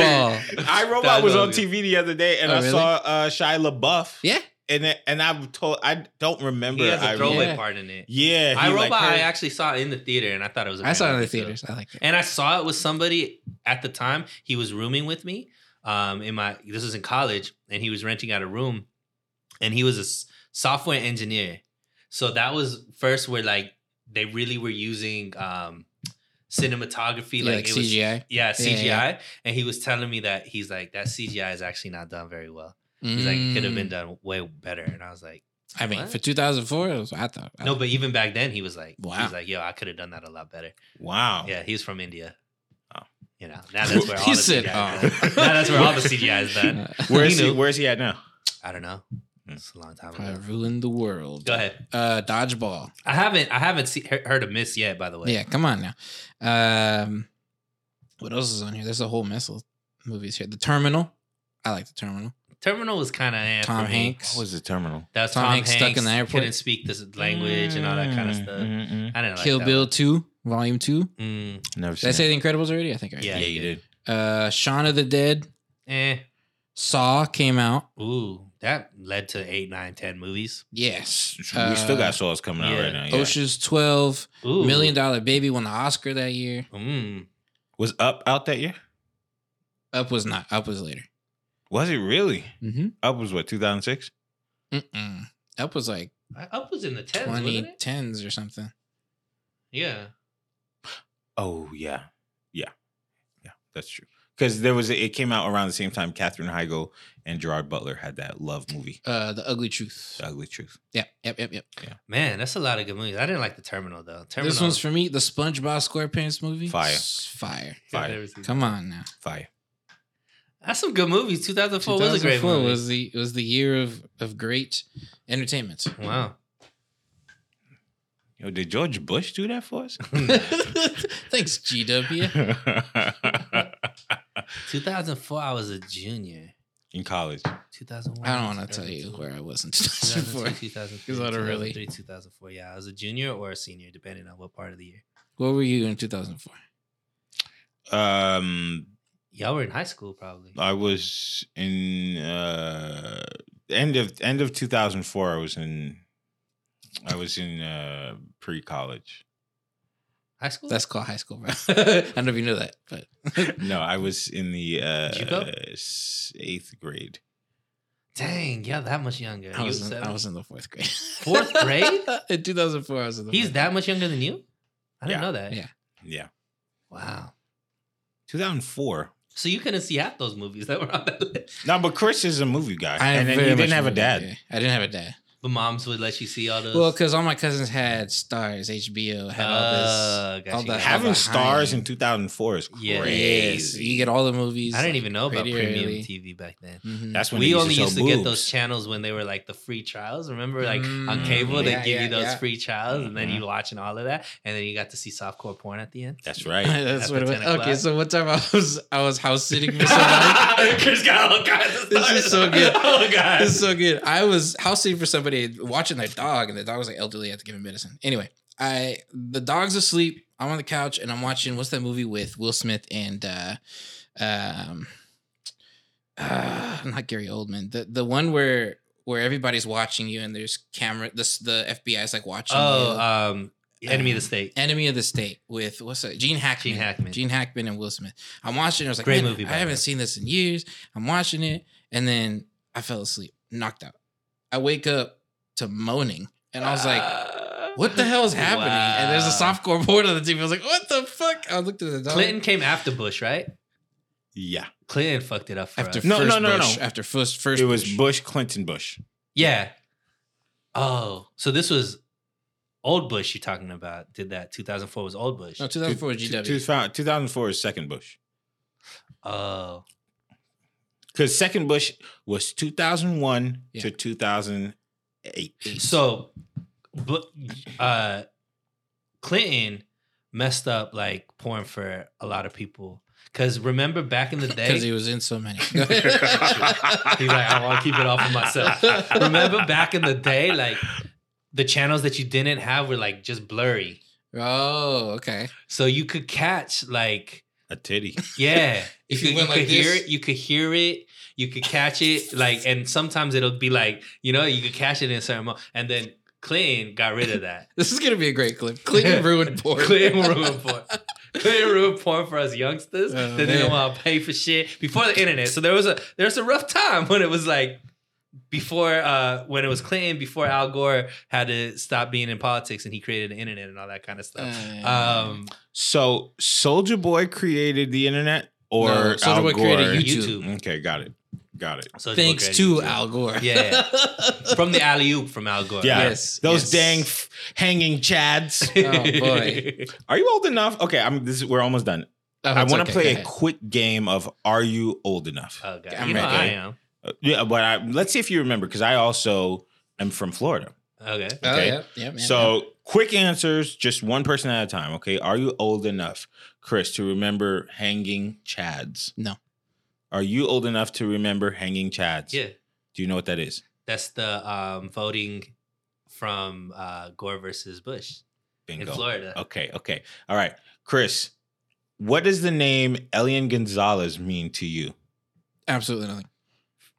Speaker 3: Dodgeball.
Speaker 2: I
Speaker 1: That
Speaker 2: Robot was
Speaker 1: was
Speaker 2: on
Speaker 1: good.
Speaker 2: TV the other day, and
Speaker 3: Oh,
Speaker 2: I
Speaker 3: really?
Speaker 2: saw uh, Shia LaBeouf.
Speaker 3: Yeah.
Speaker 2: and it, and I've told I don't remember.
Speaker 1: He has
Speaker 2: I-
Speaker 1: a throwaway
Speaker 3: Yeah.
Speaker 1: part in it.
Speaker 2: Yeah,
Speaker 1: I
Speaker 2: he,
Speaker 1: Robot,
Speaker 2: like,
Speaker 1: I
Speaker 2: heard-
Speaker 1: actually saw in the theater, and I thought it was. A
Speaker 3: I saw it in the
Speaker 1: great movie,
Speaker 3: theaters. I like
Speaker 1: too. and I saw it with somebody at the time. He was rooming with me. Um, in my this was in college, and he was renting out a room, and he was a s- software engineer. So that was first where like they really were using um cinematography,
Speaker 3: Yeah,
Speaker 1: like,
Speaker 3: like
Speaker 1: it was
Speaker 3: CGI.
Speaker 1: yeah
Speaker 3: Yeah,
Speaker 1: CGI,
Speaker 3: yeah.
Speaker 1: and he was telling me that he's like that CGI is actually not done very well. He's like it could have been done way better, and I was like.
Speaker 3: Mm, I mean,
Speaker 1: What?
Speaker 3: for 2004, it was, I thought.
Speaker 1: No, but even back then he was like, he
Speaker 3: Wow.
Speaker 1: was like, yo, I could have done that a lot better.
Speaker 2: wow.
Speaker 1: Yeah, he was from India.
Speaker 2: Oh.
Speaker 1: You know, now that's where all
Speaker 3: He
Speaker 1: the
Speaker 3: said,
Speaker 1: CGI
Speaker 3: "Oh."
Speaker 1: is done. Now that's where all the CGI is done.
Speaker 3: Uh,
Speaker 2: Where is
Speaker 1: He
Speaker 2: he?
Speaker 1: knew.
Speaker 2: Where's he at now?
Speaker 1: I don't know.
Speaker 3: Hmm.
Speaker 1: It's a long time
Speaker 3: probably
Speaker 1: ago.
Speaker 3: ruined the world.
Speaker 1: Go ahead.
Speaker 3: Uh, dodgeball.
Speaker 1: I haven't I haven't see, he- heard of Miss yet, by the way.
Speaker 3: Yeah, come on now. Um, what else is on here? There's a whole mess of movies here. The Terminal. I like The Terminal.
Speaker 1: Terminal was kind of eh,
Speaker 3: Tom
Speaker 1: for me.
Speaker 3: Hanks.
Speaker 2: What was the terminal?
Speaker 1: That was Tom,
Speaker 3: Tom
Speaker 1: Hanks,
Speaker 3: Hanks stuck in the airport?
Speaker 1: Couldn't speak this language and all that kind of
Speaker 3: Mm-hmm.
Speaker 1: stuff.
Speaker 2: Mm-mm.
Speaker 1: I don't know.
Speaker 3: Kill
Speaker 1: like that
Speaker 3: Bill
Speaker 1: one.
Speaker 3: 2, Volume 2.
Speaker 1: Mm,
Speaker 2: Never
Speaker 3: Did I say The Incredibles already? I think I
Speaker 1: Yeah,
Speaker 2: Yeah,
Speaker 1: you
Speaker 2: you did.
Speaker 3: Uh, Shaun of the Dead.
Speaker 1: eh.
Speaker 3: Saw came out.
Speaker 1: Ooh, that led to eight, nine, ten movies.
Speaker 3: Yes.
Speaker 2: we still
Speaker 3: Uh,
Speaker 2: got Saws coming out
Speaker 1: yeah.
Speaker 2: right now. Yeah.
Speaker 3: Ocean's 12.
Speaker 1: Ooh,
Speaker 3: Million Dollar Baby won the Oscar that year.
Speaker 1: Mm,
Speaker 2: Was Up out that year?
Speaker 3: Up was not. Up was later.
Speaker 2: Was it really?
Speaker 3: Mm-hmm.
Speaker 2: Up was what 2006.
Speaker 3: Mm-mm. Up was like
Speaker 1: Up was in the tens, wasn't it?
Speaker 3: 2010s or something.
Speaker 1: Yeah.
Speaker 2: Oh yeah, yeah, yeah. That's true. Because there was a, it came out around the same time. Katherine Heigl and Gerard Butler had that love movie,
Speaker 3: Uh, The Ugly Truth.
Speaker 2: The Ugly Truth.
Speaker 3: Yep, yep, yep, yep.
Speaker 1: Man, that's a lot of good movies. I didn't like the Terminal though. Terminal.
Speaker 3: This one's for me. The SpongeBob SquarePants movie.
Speaker 2: Fire.
Speaker 3: S- Fire.
Speaker 1: I've
Speaker 2: fire.
Speaker 1: never seen
Speaker 3: Come on now.
Speaker 2: Fire.
Speaker 1: that. That's some good movies. 2004, was a great
Speaker 3: 2004
Speaker 1: movie.
Speaker 3: was the was the year of of great entertainment.
Speaker 1: Wow.
Speaker 2: Yo, did George Bush do that for us?
Speaker 3: Hmm. Thanks, GW.
Speaker 1: 2004, I was a junior.
Speaker 2: In college.
Speaker 1: 2001.
Speaker 3: I don't want to tell you where I was in 2004.
Speaker 1: 2004.
Speaker 3: Is that a really-
Speaker 1: 2004. Yeah, I was a junior or a senior, depending on what part of the year.
Speaker 3: Where were you in 2004?
Speaker 2: Um,
Speaker 1: Y'all were in high school, probably.
Speaker 2: I was in uh end of end of 2004 I was in I was in uh pre-college.
Speaker 1: High school?
Speaker 3: That's called high school, bro. I don't know if you know that, but
Speaker 2: No, I was in the uh
Speaker 1: Juco?
Speaker 2: s- 8th grade.
Speaker 1: Dang, yeah, that much younger.
Speaker 3: I
Speaker 1: You
Speaker 3: was, in,
Speaker 1: seven-
Speaker 3: I was in the fourth grade.
Speaker 1: Fourth grade?
Speaker 3: in 2004, I was in the
Speaker 1: He's
Speaker 3: fourth
Speaker 1: that much younger than you? I didn't
Speaker 2: Yeah.
Speaker 1: know that.
Speaker 3: Yeah.
Speaker 2: Yeah.
Speaker 1: Wow.
Speaker 2: 2004.
Speaker 1: So you couldn't see half those movies that were on that list.
Speaker 2: No, but Chris is a movie guy.
Speaker 3: I
Speaker 2: and then
Speaker 3: very
Speaker 2: he
Speaker 3: much
Speaker 2: didn't have a
Speaker 3: remember
Speaker 2: dad.
Speaker 3: that, yeah. I didn't have a dad.
Speaker 1: But moms would let you see all those.
Speaker 3: Well, because all my cousins had stars, HBO had all
Speaker 1: Oh,
Speaker 3: all
Speaker 1: gotcha,
Speaker 3: the-
Speaker 1: gotcha.
Speaker 3: Have
Speaker 2: Having
Speaker 3: behind.
Speaker 2: stars in 2004 is
Speaker 1: Yeah.
Speaker 3: this. Yes,
Speaker 2: crazy.
Speaker 3: you get all the movies.
Speaker 1: I didn't even know about
Speaker 3: pretty
Speaker 1: premium
Speaker 3: early.
Speaker 1: TV back then.
Speaker 3: Mhm.
Speaker 2: That's when
Speaker 1: we
Speaker 2: they
Speaker 1: only
Speaker 2: show
Speaker 1: used to get those
Speaker 2: boobs.
Speaker 1: channels when they were like the free trials. Remember, like on
Speaker 3: Mm,
Speaker 1: cable, they
Speaker 3: yeah,
Speaker 1: give
Speaker 3: yeah,
Speaker 1: you those
Speaker 3: yeah.
Speaker 1: free trials, and then
Speaker 2: Mhm.
Speaker 1: you watching all of that, and then you got to see softcore porn at the end.
Speaker 2: That's right.
Speaker 3: That's
Speaker 1: At
Speaker 3: what
Speaker 1: the
Speaker 3: it was.
Speaker 1: 10 o'clock.
Speaker 3: Okay, so one time I was I was house sitting for somebody.
Speaker 1: Chris got all kinds of
Speaker 3: This is so good.
Speaker 1: Oh god,
Speaker 3: It's so good. I was house sitting for somebody watching their dog, and the dog was like elderly. I had to give him medicine. Anyway, I the dog's asleep. I'm on the couch and I'm watching what's that movie with Will Smith and uh um uh, not Gary Oldman. The the one where where everybody's watching you and there's camera this the FBI is like watching
Speaker 1: oh,
Speaker 3: you.
Speaker 1: um, enemy of the
Speaker 3: Um,
Speaker 1: state.
Speaker 3: Enemy of the State with what's that? Gene Hackman.
Speaker 1: Gene Hackman.
Speaker 3: Gene Hackman and Will Smith. I'm watching. it. I was like,
Speaker 1: Great
Speaker 3: "Man,
Speaker 1: movie, by
Speaker 3: I
Speaker 1: the way."
Speaker 3: haven't seen this in years. I'm watching it, and then I fell asleep, knocked out. I wake up to moaning, and I was like,
Speaker 1: Uh,
Speaker 3: "What the hell is happening?" And there's a
Speaker 1: Ah. Wow.
Speaker 3: softcore board on the TV. I was like, "What the fuck?" I looked at the dog.
Speaker 1: Clinton came after Bush, right?
Speaker 2: Yeah.
Speaker 1: Clinton fucked it up for
Speaker 3: After
Speaker 1: us.
Speaker 2: No,
Speaker 3: first
Speaker 2: no, no,
Speaker 3: Bush,
Speaker 2: no.
Speaker 3: After first, first
Speaker 2: It was
Speaker 3: Bush.
Speaker 2: Bush Clinton Bush.
Speaker 1: Yeah. Oh, so this was Old Bush you're talking about did that. 2004 was Old Bush.
Speaker 3: No, 2004 was GW.
Speaker 2: Two, two, 2004 is second Bush.
Speaker 1: Oh,
Speaker 2: Because second Bush was 2001
Speaker 3: Yeah.
Speaker 2: to 2008.
Speaker 1: so but uh, Clinton messed up like porn for a lot of people. Cause remember back in the day,
Speaker 3: Because he was in so many.
Speaker 1: He's like, I want to keep it all for myself. Remember back in the day, like the channels that you didn't have were like just blurry.
Speaker 3: oh, okay.
Speaker 1: So you could catch like,
Speaker 2: A titty.
Speaker 1: yeah,
Speaker 3: If
Speaker 1: you,
Speaker 3: you
Speaker 1: could-
Speaker 3: went
Speaker 1: you could
Speaker 3: like
Speaker 1: hear
Speaker 3: this.
Speaker 1: it, you could hear it, you could catch it, like, and sometimes it'll be like, you know, you could catch it in a certain moment. And then Clinton got rid of that.
Speaker 3: This is gonna be a great clip. Clinton ruined porn.
Speaker 1: Clinton ruined porn. Clinton ruined porn for us youngsters
Speaker 3: Oh,
Speaker 1: that
Speaker 3: man.
Speaker 1: didn't want to pay for shit before the internet. So there was a there was a rough time when it was like before uh when it was Clinton before Al Gore had to stop being in politics and he created the internet and all that kind of stuff.
Speaker 3: Oh, Uh,
Speaker 1: um,
Speaker 2: So Soldier Boy crereated the internet or
Speaker 3: No, Soulja
Speaker 2: Al
Speaker 3: Boy created
Speaker 2: Gore?
Speaker 1: YouTube.
Speaker 3: YouTube.
Speaker 2: Okay, got it. Got it.
Speaker 1: so
Speaker 3: Thanks
Speaker 1: it's
Speaker 3: to
Speaker 1: more creative.
Speaker 3: Al Gore.
Speaker 1: Yeah. from the alley oop from Al Gore.
Speaker 2: Yeah.
Speaker 3: Yes,
Speaker 2: Those
Speaker 3: yes.
Speaker 2: dang f- hanging chads.
Speaker 3: Oh, boy.
Speaker 2: Are you old enough? Okay, I'm this is, we're almost done.
Speaker 3: Oh,
Speaker 2: I
Speaker 3: it's
Speaker 2: want
Speaker 3: okay.
Speaker 2: to play
Speaker 3: Go
Speaker 2: a
Speaker 3: ahead. Uh,
Speaker 2: quick game of Are you old enough?
Speaker 1: Oh god,
Speaker 3: I'm
Speaker 1: you know
Speaker 3: ready.
Speaker 1: I am.
Speaker 2: Uh, yeah, but I, let's see if you remember because I also am from Florida.
Speaker 1: Okay.
Speaker 3: Oh,
Speaker 2: okay.
Speaker 3: yeah, yeah, yeah,
Speaker 2: so quick answers, just one person at a time. Okay, are you old enough, Chris, to remember hanging chads?
Speaker 3: No.
Speaker 2: Are you old enough to remember hanging chads?
Speaker 1: Yeah.
Speaker 2: Do you know what that is?
Speaker 1: That's the um voting from uh Gore versus Bush
Speaker 2: Bingo.
Speaker 1: in Florida.
Speaker 2: Okay, okay. All right. Chris, what does the name Elian Gonzalez mean to you?
Speaker 3: yeah. absolutely nothing.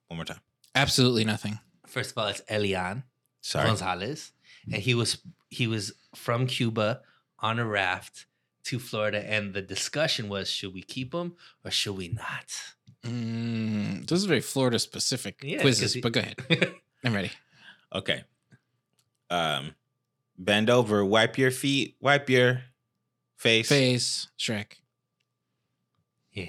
Speaker 2: One more time.
Speaker 3: Absolutely nothing.
Speaker 1: First of all, it's Elian.
Speaker 2: Sorry.
Speaker 1: Gonzalez, and he was he was from Cuba on a raft to Florida, and the discussion was should we keep him or should we not?
Speaker 3: Mm, this is very Florida specific
Speaker 1: Yeah,
Speaker 3: quizzes,
Speaker 1: 'cause he-
Speaker 3: but go ahead. I'm ready.
Speaker 2: Okay. Um bend over, wipe your feet, wipe your face.
Speaker 3: Face Shrek.
Speaker 1: yeah,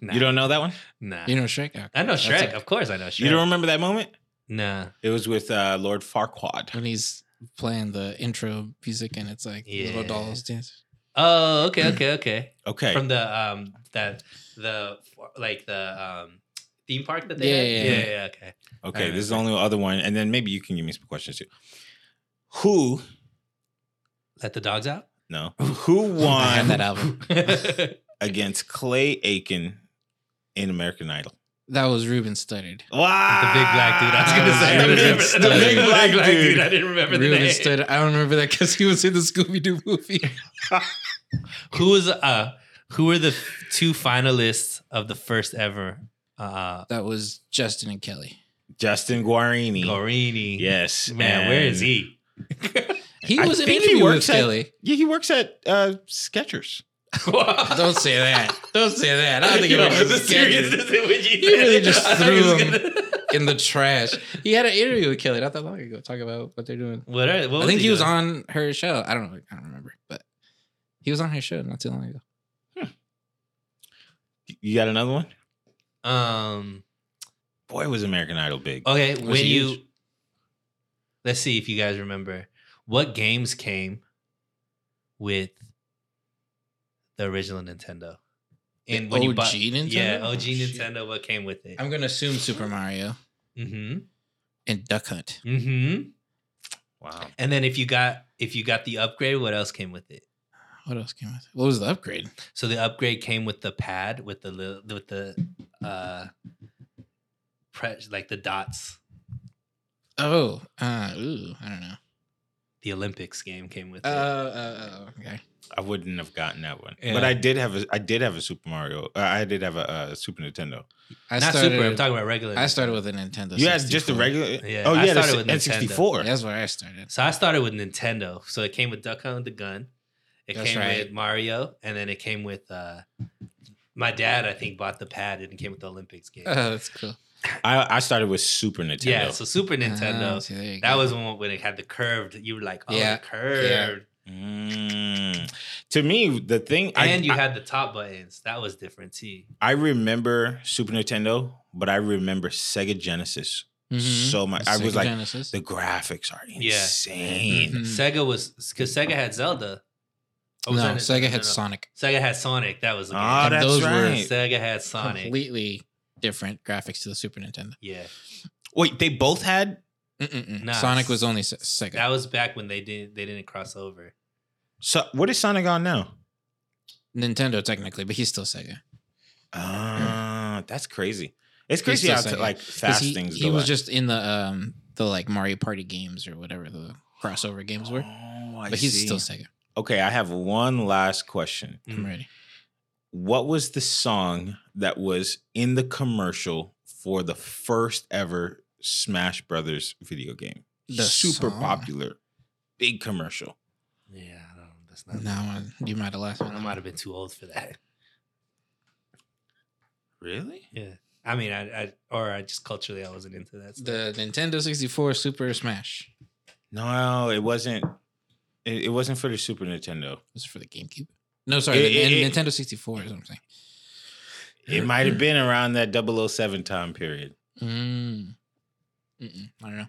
Speaker 1: nah,
Speaker 2: You don't know that one?
Speaker 1: Nah.
Speaker 3: You know Shrek? Oh,
Speaker 1: I know
Speaker 3: that's
Speaker 1: Shrek,
Speaker 3: okay.
Speaker 1: of course. I know Shrek.
Speaker 2: You don't remember that moment?
Speaker 1: nah,
Speaker 2: It was with uh, Lord Farquaad.
Speaker 3: When he's playing the intro music and it's like little
Speaker 1: Yeah.
Speaker 3: dolls dance.
Speaker 1: oh, okay, okay, okay.
Speaker 2: Okay.
Speaker 1: From the um that the like the um theme park that they
Speaker 3: Yeah,
Speaker 1: had?
Speaker 3: yeah, yeah.
Speaker 1: yeah, okay.
Speaker 2: okay,
Speaker 1: Alright,
Speaker 2: this is the only other one. And then maybe you can give me some questions too. Who
Speaker 1: Let the dogs out.
Speaker 2: no. Who
Speaker 3: I have that
Speaker 2: won
Speaker 3: album.
Speaker 2: against Clay Aiken in American Idol?
Speaker 3: That was Ruben Studdard.
Speaker 2: Wow.
Speaker 1: The big black dude. I was
Speaker 2: Ah,
Speaker 1: gonna say. I
Speaker 3: Ruben
Speaker 1: didn't remember the,
Speaker 3: Studdard.
Speaker 1: big black,
Speaker 2: black
Speaker 1: dude.
Speaker 2: dude.
Speaker 1: I didn't remember the
Speaker 3: Ruben
Speaker 1: name.
Speaker 3: Studdard. I don't remember that because he was in the Scooby Doo movie.
Speaker 1: Who was uh who were the two finalists of the first ever uh
Speaker 3: That was Justin and Kelly.
Speaker 2: Justin Guarini.
Speaker 1: Gorini?
Speaker 2: Yes.
Speaker 1: Man, where is he?
Speaker 3: He
Speaker 2: I
Speaker 3: was in
Speaker 2: think he
Speaker 3: interview with
Speaker 2: works at-
Speaker 3: Kelly.
Speaker 2: Yeah, he works at uh Skechers.
Speaker 3: Don't say that. Don't say that. I don't think
Speaker 1: Yo,
Speaker 3: it was
Speaker 1: the
Speaker 3: just Kelly
Speaker 1: seriousness in which
Speaker 3: You really just
Speaker 1: I thought he
Speaker 3: threw
Speaker 1: was
Speaker 3: him.
Speaker 1: gonna-
Speaker 3: in the trash. He had an interview with Kelly not that long ago. Talk about what they're doing.
Speaker 1: What are, what
Speaker 3: I think he, was
Speaker 1: doing?
Speaker 3: on her show. I don't know. I don't remember, but he was on her show not too long ago.
Speaker 2: You got another one?
Speaker 1: Um.
Speaker 2: Boy, was American Idol big.
Speaker 1: Okay.
Speaker 3: was
Speaker 1: When you
Speaker 3: huge.
Speaker 1: let's see if you guys remember what games came with the original Nintendo
Speaker 3: The
Speaker 1: and when you
Speaker 3: OG
Speaker 1: bought
Speaker 3: Nintendo?
Speaker 1: yeah
Speaker 3: Oh,
Speaker 1: OG
Speaker 3: shit.
Speaker 1: Nintendo what came with it.
Speaker 3: I'm gonna assume Super Mario
Speaker 1: Mm-hmm.
Speaker 3: and Duck Hunt.
Speaker 1: Mm-hmm.
Speaker 2: Wow.
Speaker 1: And then if you got if you got the upgrade, what else came with it?
Speaker 3: What else came with? What was the upgrade?
Speaker 1: So the upgrade came with the pad with the li- with the uh pre- like the dots.
Speaker 3: Oh, uh, ooh, I don't know.
Speaker 1: The Olympics game came with
Speaker 3: Uh,
Speaker 1: it.
Speaker 3: uh, uh, okay.
Speaker 2: I wouldn't have gotten that one.
Speaker 1: Yeah.
Speaker 2: But I did have a I did have a Super Mario. Uh, I did have a, uh Super Nintendo.
Speaker 3: I
Speaker 1: Not
Speaker 3: started,
Speaker 1: super. I'm talking about regular.
Speaker 3: I started with a Nintendo.
Speaker 2: you had just the
Speaker 3: 64.
Speaker 2: regular
Speaker 1: Yeah,
Speaker 2: Oh
Speaker 1: I
Speaker 2: yeah,
Speaker 1: started with
Speaker 2: the
Speaker 1: Nintendo.
Speaker 2: N sixty four.
Speaker 3: That's where I started.
Speaker 1: So I started with Nintendo. So it came with Duck Hunt with the gun. It
Speaker 3: That's
Speaker 1: came
Speaker 3: right.
Speaker 1: with Mario, and then it came with uh my dad. I think bought the pad, and it came with the Olympics game.
Speaker 3: Oh, that's cool.
Speaker 2: I, I started with Super Nintendo.
Speaker 1: yeah, so Super
Speaker 3: Ah,
Speaker 1: Nintendo.
Speaker 3: see, there you
Speaker 1: that
Speaker 3: go.
Speaker 1: was when, when it had the curved. You were like, oh,
Speaker 3: Yeah,
Speaker 1: the curved,
Speaker 2: Mm. To me, the thing I-
Speaker 1: and you
Speaker 2: I,
Speaker 1: had the top buttons. That was different too.
Speaker 2: I remember Super Nintendo, but I remember Sega Genesis so much. I was
Speaker 3: Mm-hmm. Sega Mm-hmm.
Speaker 2: like,
Speaker 3: Genesis.
Speaker 2: the graphics are
Speaker 1: Yeah.
Speaker 2: insane.
Speaker 3: Mhm.
Speaker 1: Sega was because Sega had Zelda. Or was
Speaker 3: no,
Speaker 1: that-
Speaker 3: Sega had
Speaker 1: no, no.
Speaker 3: Sonic.
Speaker 1: Sega had Sonic. That was the game.
Speaker 2: Ah,
Speaker 3: And
Speaker 2: that's
Speaker 3: those were
Speaker 2: right.
Speaker 1: Sega had Sonic.
Speaker 3: Completely different graphics to the Super Nintendo.
Speaker 1: yeah,
Speaker 2: Wait, they both had
Speaker 3: Mm-mm-mm.
Speaker 1: Nah,
Speaker 3: Sonic
Speaker 1: s-
Speaker 3: was only Se- Sega.
Speaker 1: that was back when they didn't they didn't cross over.
Speaker 2: so. What is Sonic on now?
Speaker 3: Nintendo technically, but he's still Sega.
Speaker 2: Ah, that's crazy. It's
Speaker 3: Mm. He's
Speaker 2: crazy
Speaker 3: still
Speaker 2: how to,
Speaker 3: saying-
Speaker 2: like
Speaker 3: 'Cause
Speaker 2: fast
Speaker 3: He,
Speaker 2: things.
Speaker 3: he
Speaker 2: go
Speaker 3: was
Speaker 2: by.
Speaker 3: just in the um the like Mario Party games or whatever the crossover games were.
Speaker 2: Oh, I
Speaker 3: But he's
Speaker 2: see.
Speaker 3: still Sega.
Speaker 2: okay. I have one last question.
Speaker 1: Mm.
Speaker 3: I'm ready.
Speaker 2: What was the song that was in the commercial for the first ever Smash Brothers video game?
Speaker 3: The
Speaker 2: Super
Speaker 3: song.
Speaker 2: popular, big commercial.
Speaker 1: Yeah, I don't- that's not.
Speaker 3: No, one you might have left.
Speaker 1: I might have been too old for that.
Speaker 2: Really?
Speaker 1: Yeah, I mean, I, I or I just culturally I wasn't into that. stuff.
Speaker 3: The Nintendo 64 Super Smash
Speaker 2: No, it wasn't. It, it wasn't for the Super Nintendo.
Speaker 3: was it for the GameCube. No, sorry,
Speaker 2: It-
Speaker 3: the
Speaker 2: it-
Speaker 3: N-
Speaker 2: it-
Speaker 3: Nintendo 64 or something.
Speaker 2: It might have been around that 007 time period.
Speaker 3: Mm. Mm-mm, I don't know.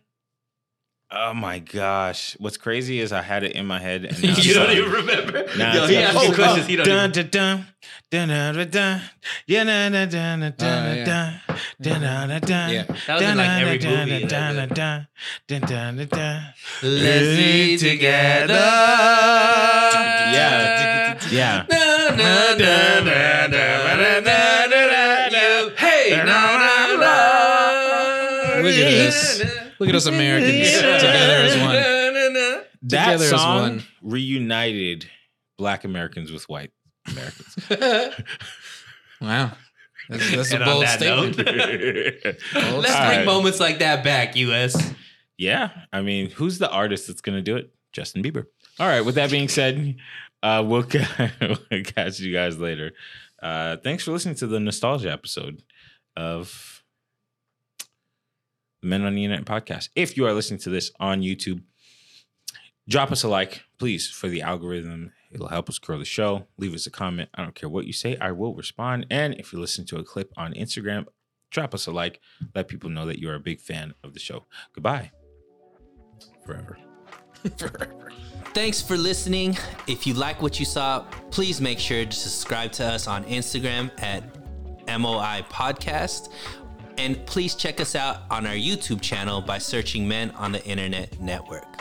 Speaker 2: Oh my gosh! What's crazy is I had it in my head, and now
Speaker 1: you
Speaker 2: it's
Speaker 1: don't
Speaker 2: gone.
Speaker 1: even remember.
Speaker 2: Nah,
Speaker 1: Yo,
Speaker 2: it's
Speaker 1: he
Speaker 2: gone.
Speaker 1: asked me
Speaker 2: Oh,
Speaker 1: questions.
Speaker 2: oh,
Speaker 1: he don't
Speaker 2: dun,
Speaker 1: even-
Speaker 2: dun, dun, dun, dun, dun, dun. Yeah, dun, dun, dun, dun,
Speaker 3: Oh,
Speaker 2: dun,
Speaker 3: yeah.
Speaker 2: dun, dun, dun, dun, dun.
Speaker 3: Yeah.
Speaker 1: that was in like every
Speaker 2: Dun,
Speaker 1: movie.
Speaker 2: dun,
Speaker 1: like,
Speaker 2: dun, dun, dun, dun, dun, dun.
Speaker 1: the- Let's eat together.
Speaker 2: Yeah. Yeah.
Speaker 1: Na, na, na, na, na, na, na, na, na, you- Hey, na, na, na.
Speaker 3: Look at us. Look at us Americans together as one.
Speaker 1: Na, na, na.
Speaker 2: That
Speaker 3: Together as
Speaker 2: song
Speaker 3: one.
Speaker 2: reunited black Americans with white Americans.
Speaker 3: Wow. That's, that's a
Speaker 1: And on
Speaker 3: bold
Speaker 1: that
Speaker 3: statement. Bold
Speaker 1: Let's
Speaker 2: All
Speaker 1: bring
Speaker 2: right.
Speaker 1: moments like that back, US.
Speaker 2: Yeah, I mean, who's the artist that's gonna do it? Justin Bieber. All right. With that being said, uh, we'll, ca- we'll catch you guys later. Uh, thanks for listening to the nostalgia episode of Men on the Internet podcast. If you are listening to this on YouTube, drop us a like, please, for the algorithm. It'll help us grow the show. Leave us a comment. I don't care what you say, I will respond. And if you listen to a clip on Instagram, drop us a like. Let people know that you are a big fan of the show. Goodbye. Forever.
Speaker 1: Thanks for listening. If you like what you saw, please make sure to subscribe to us on Instagram at MOI Podcast. And please check us out on our YouTube channel by searching Men on the Internet Network.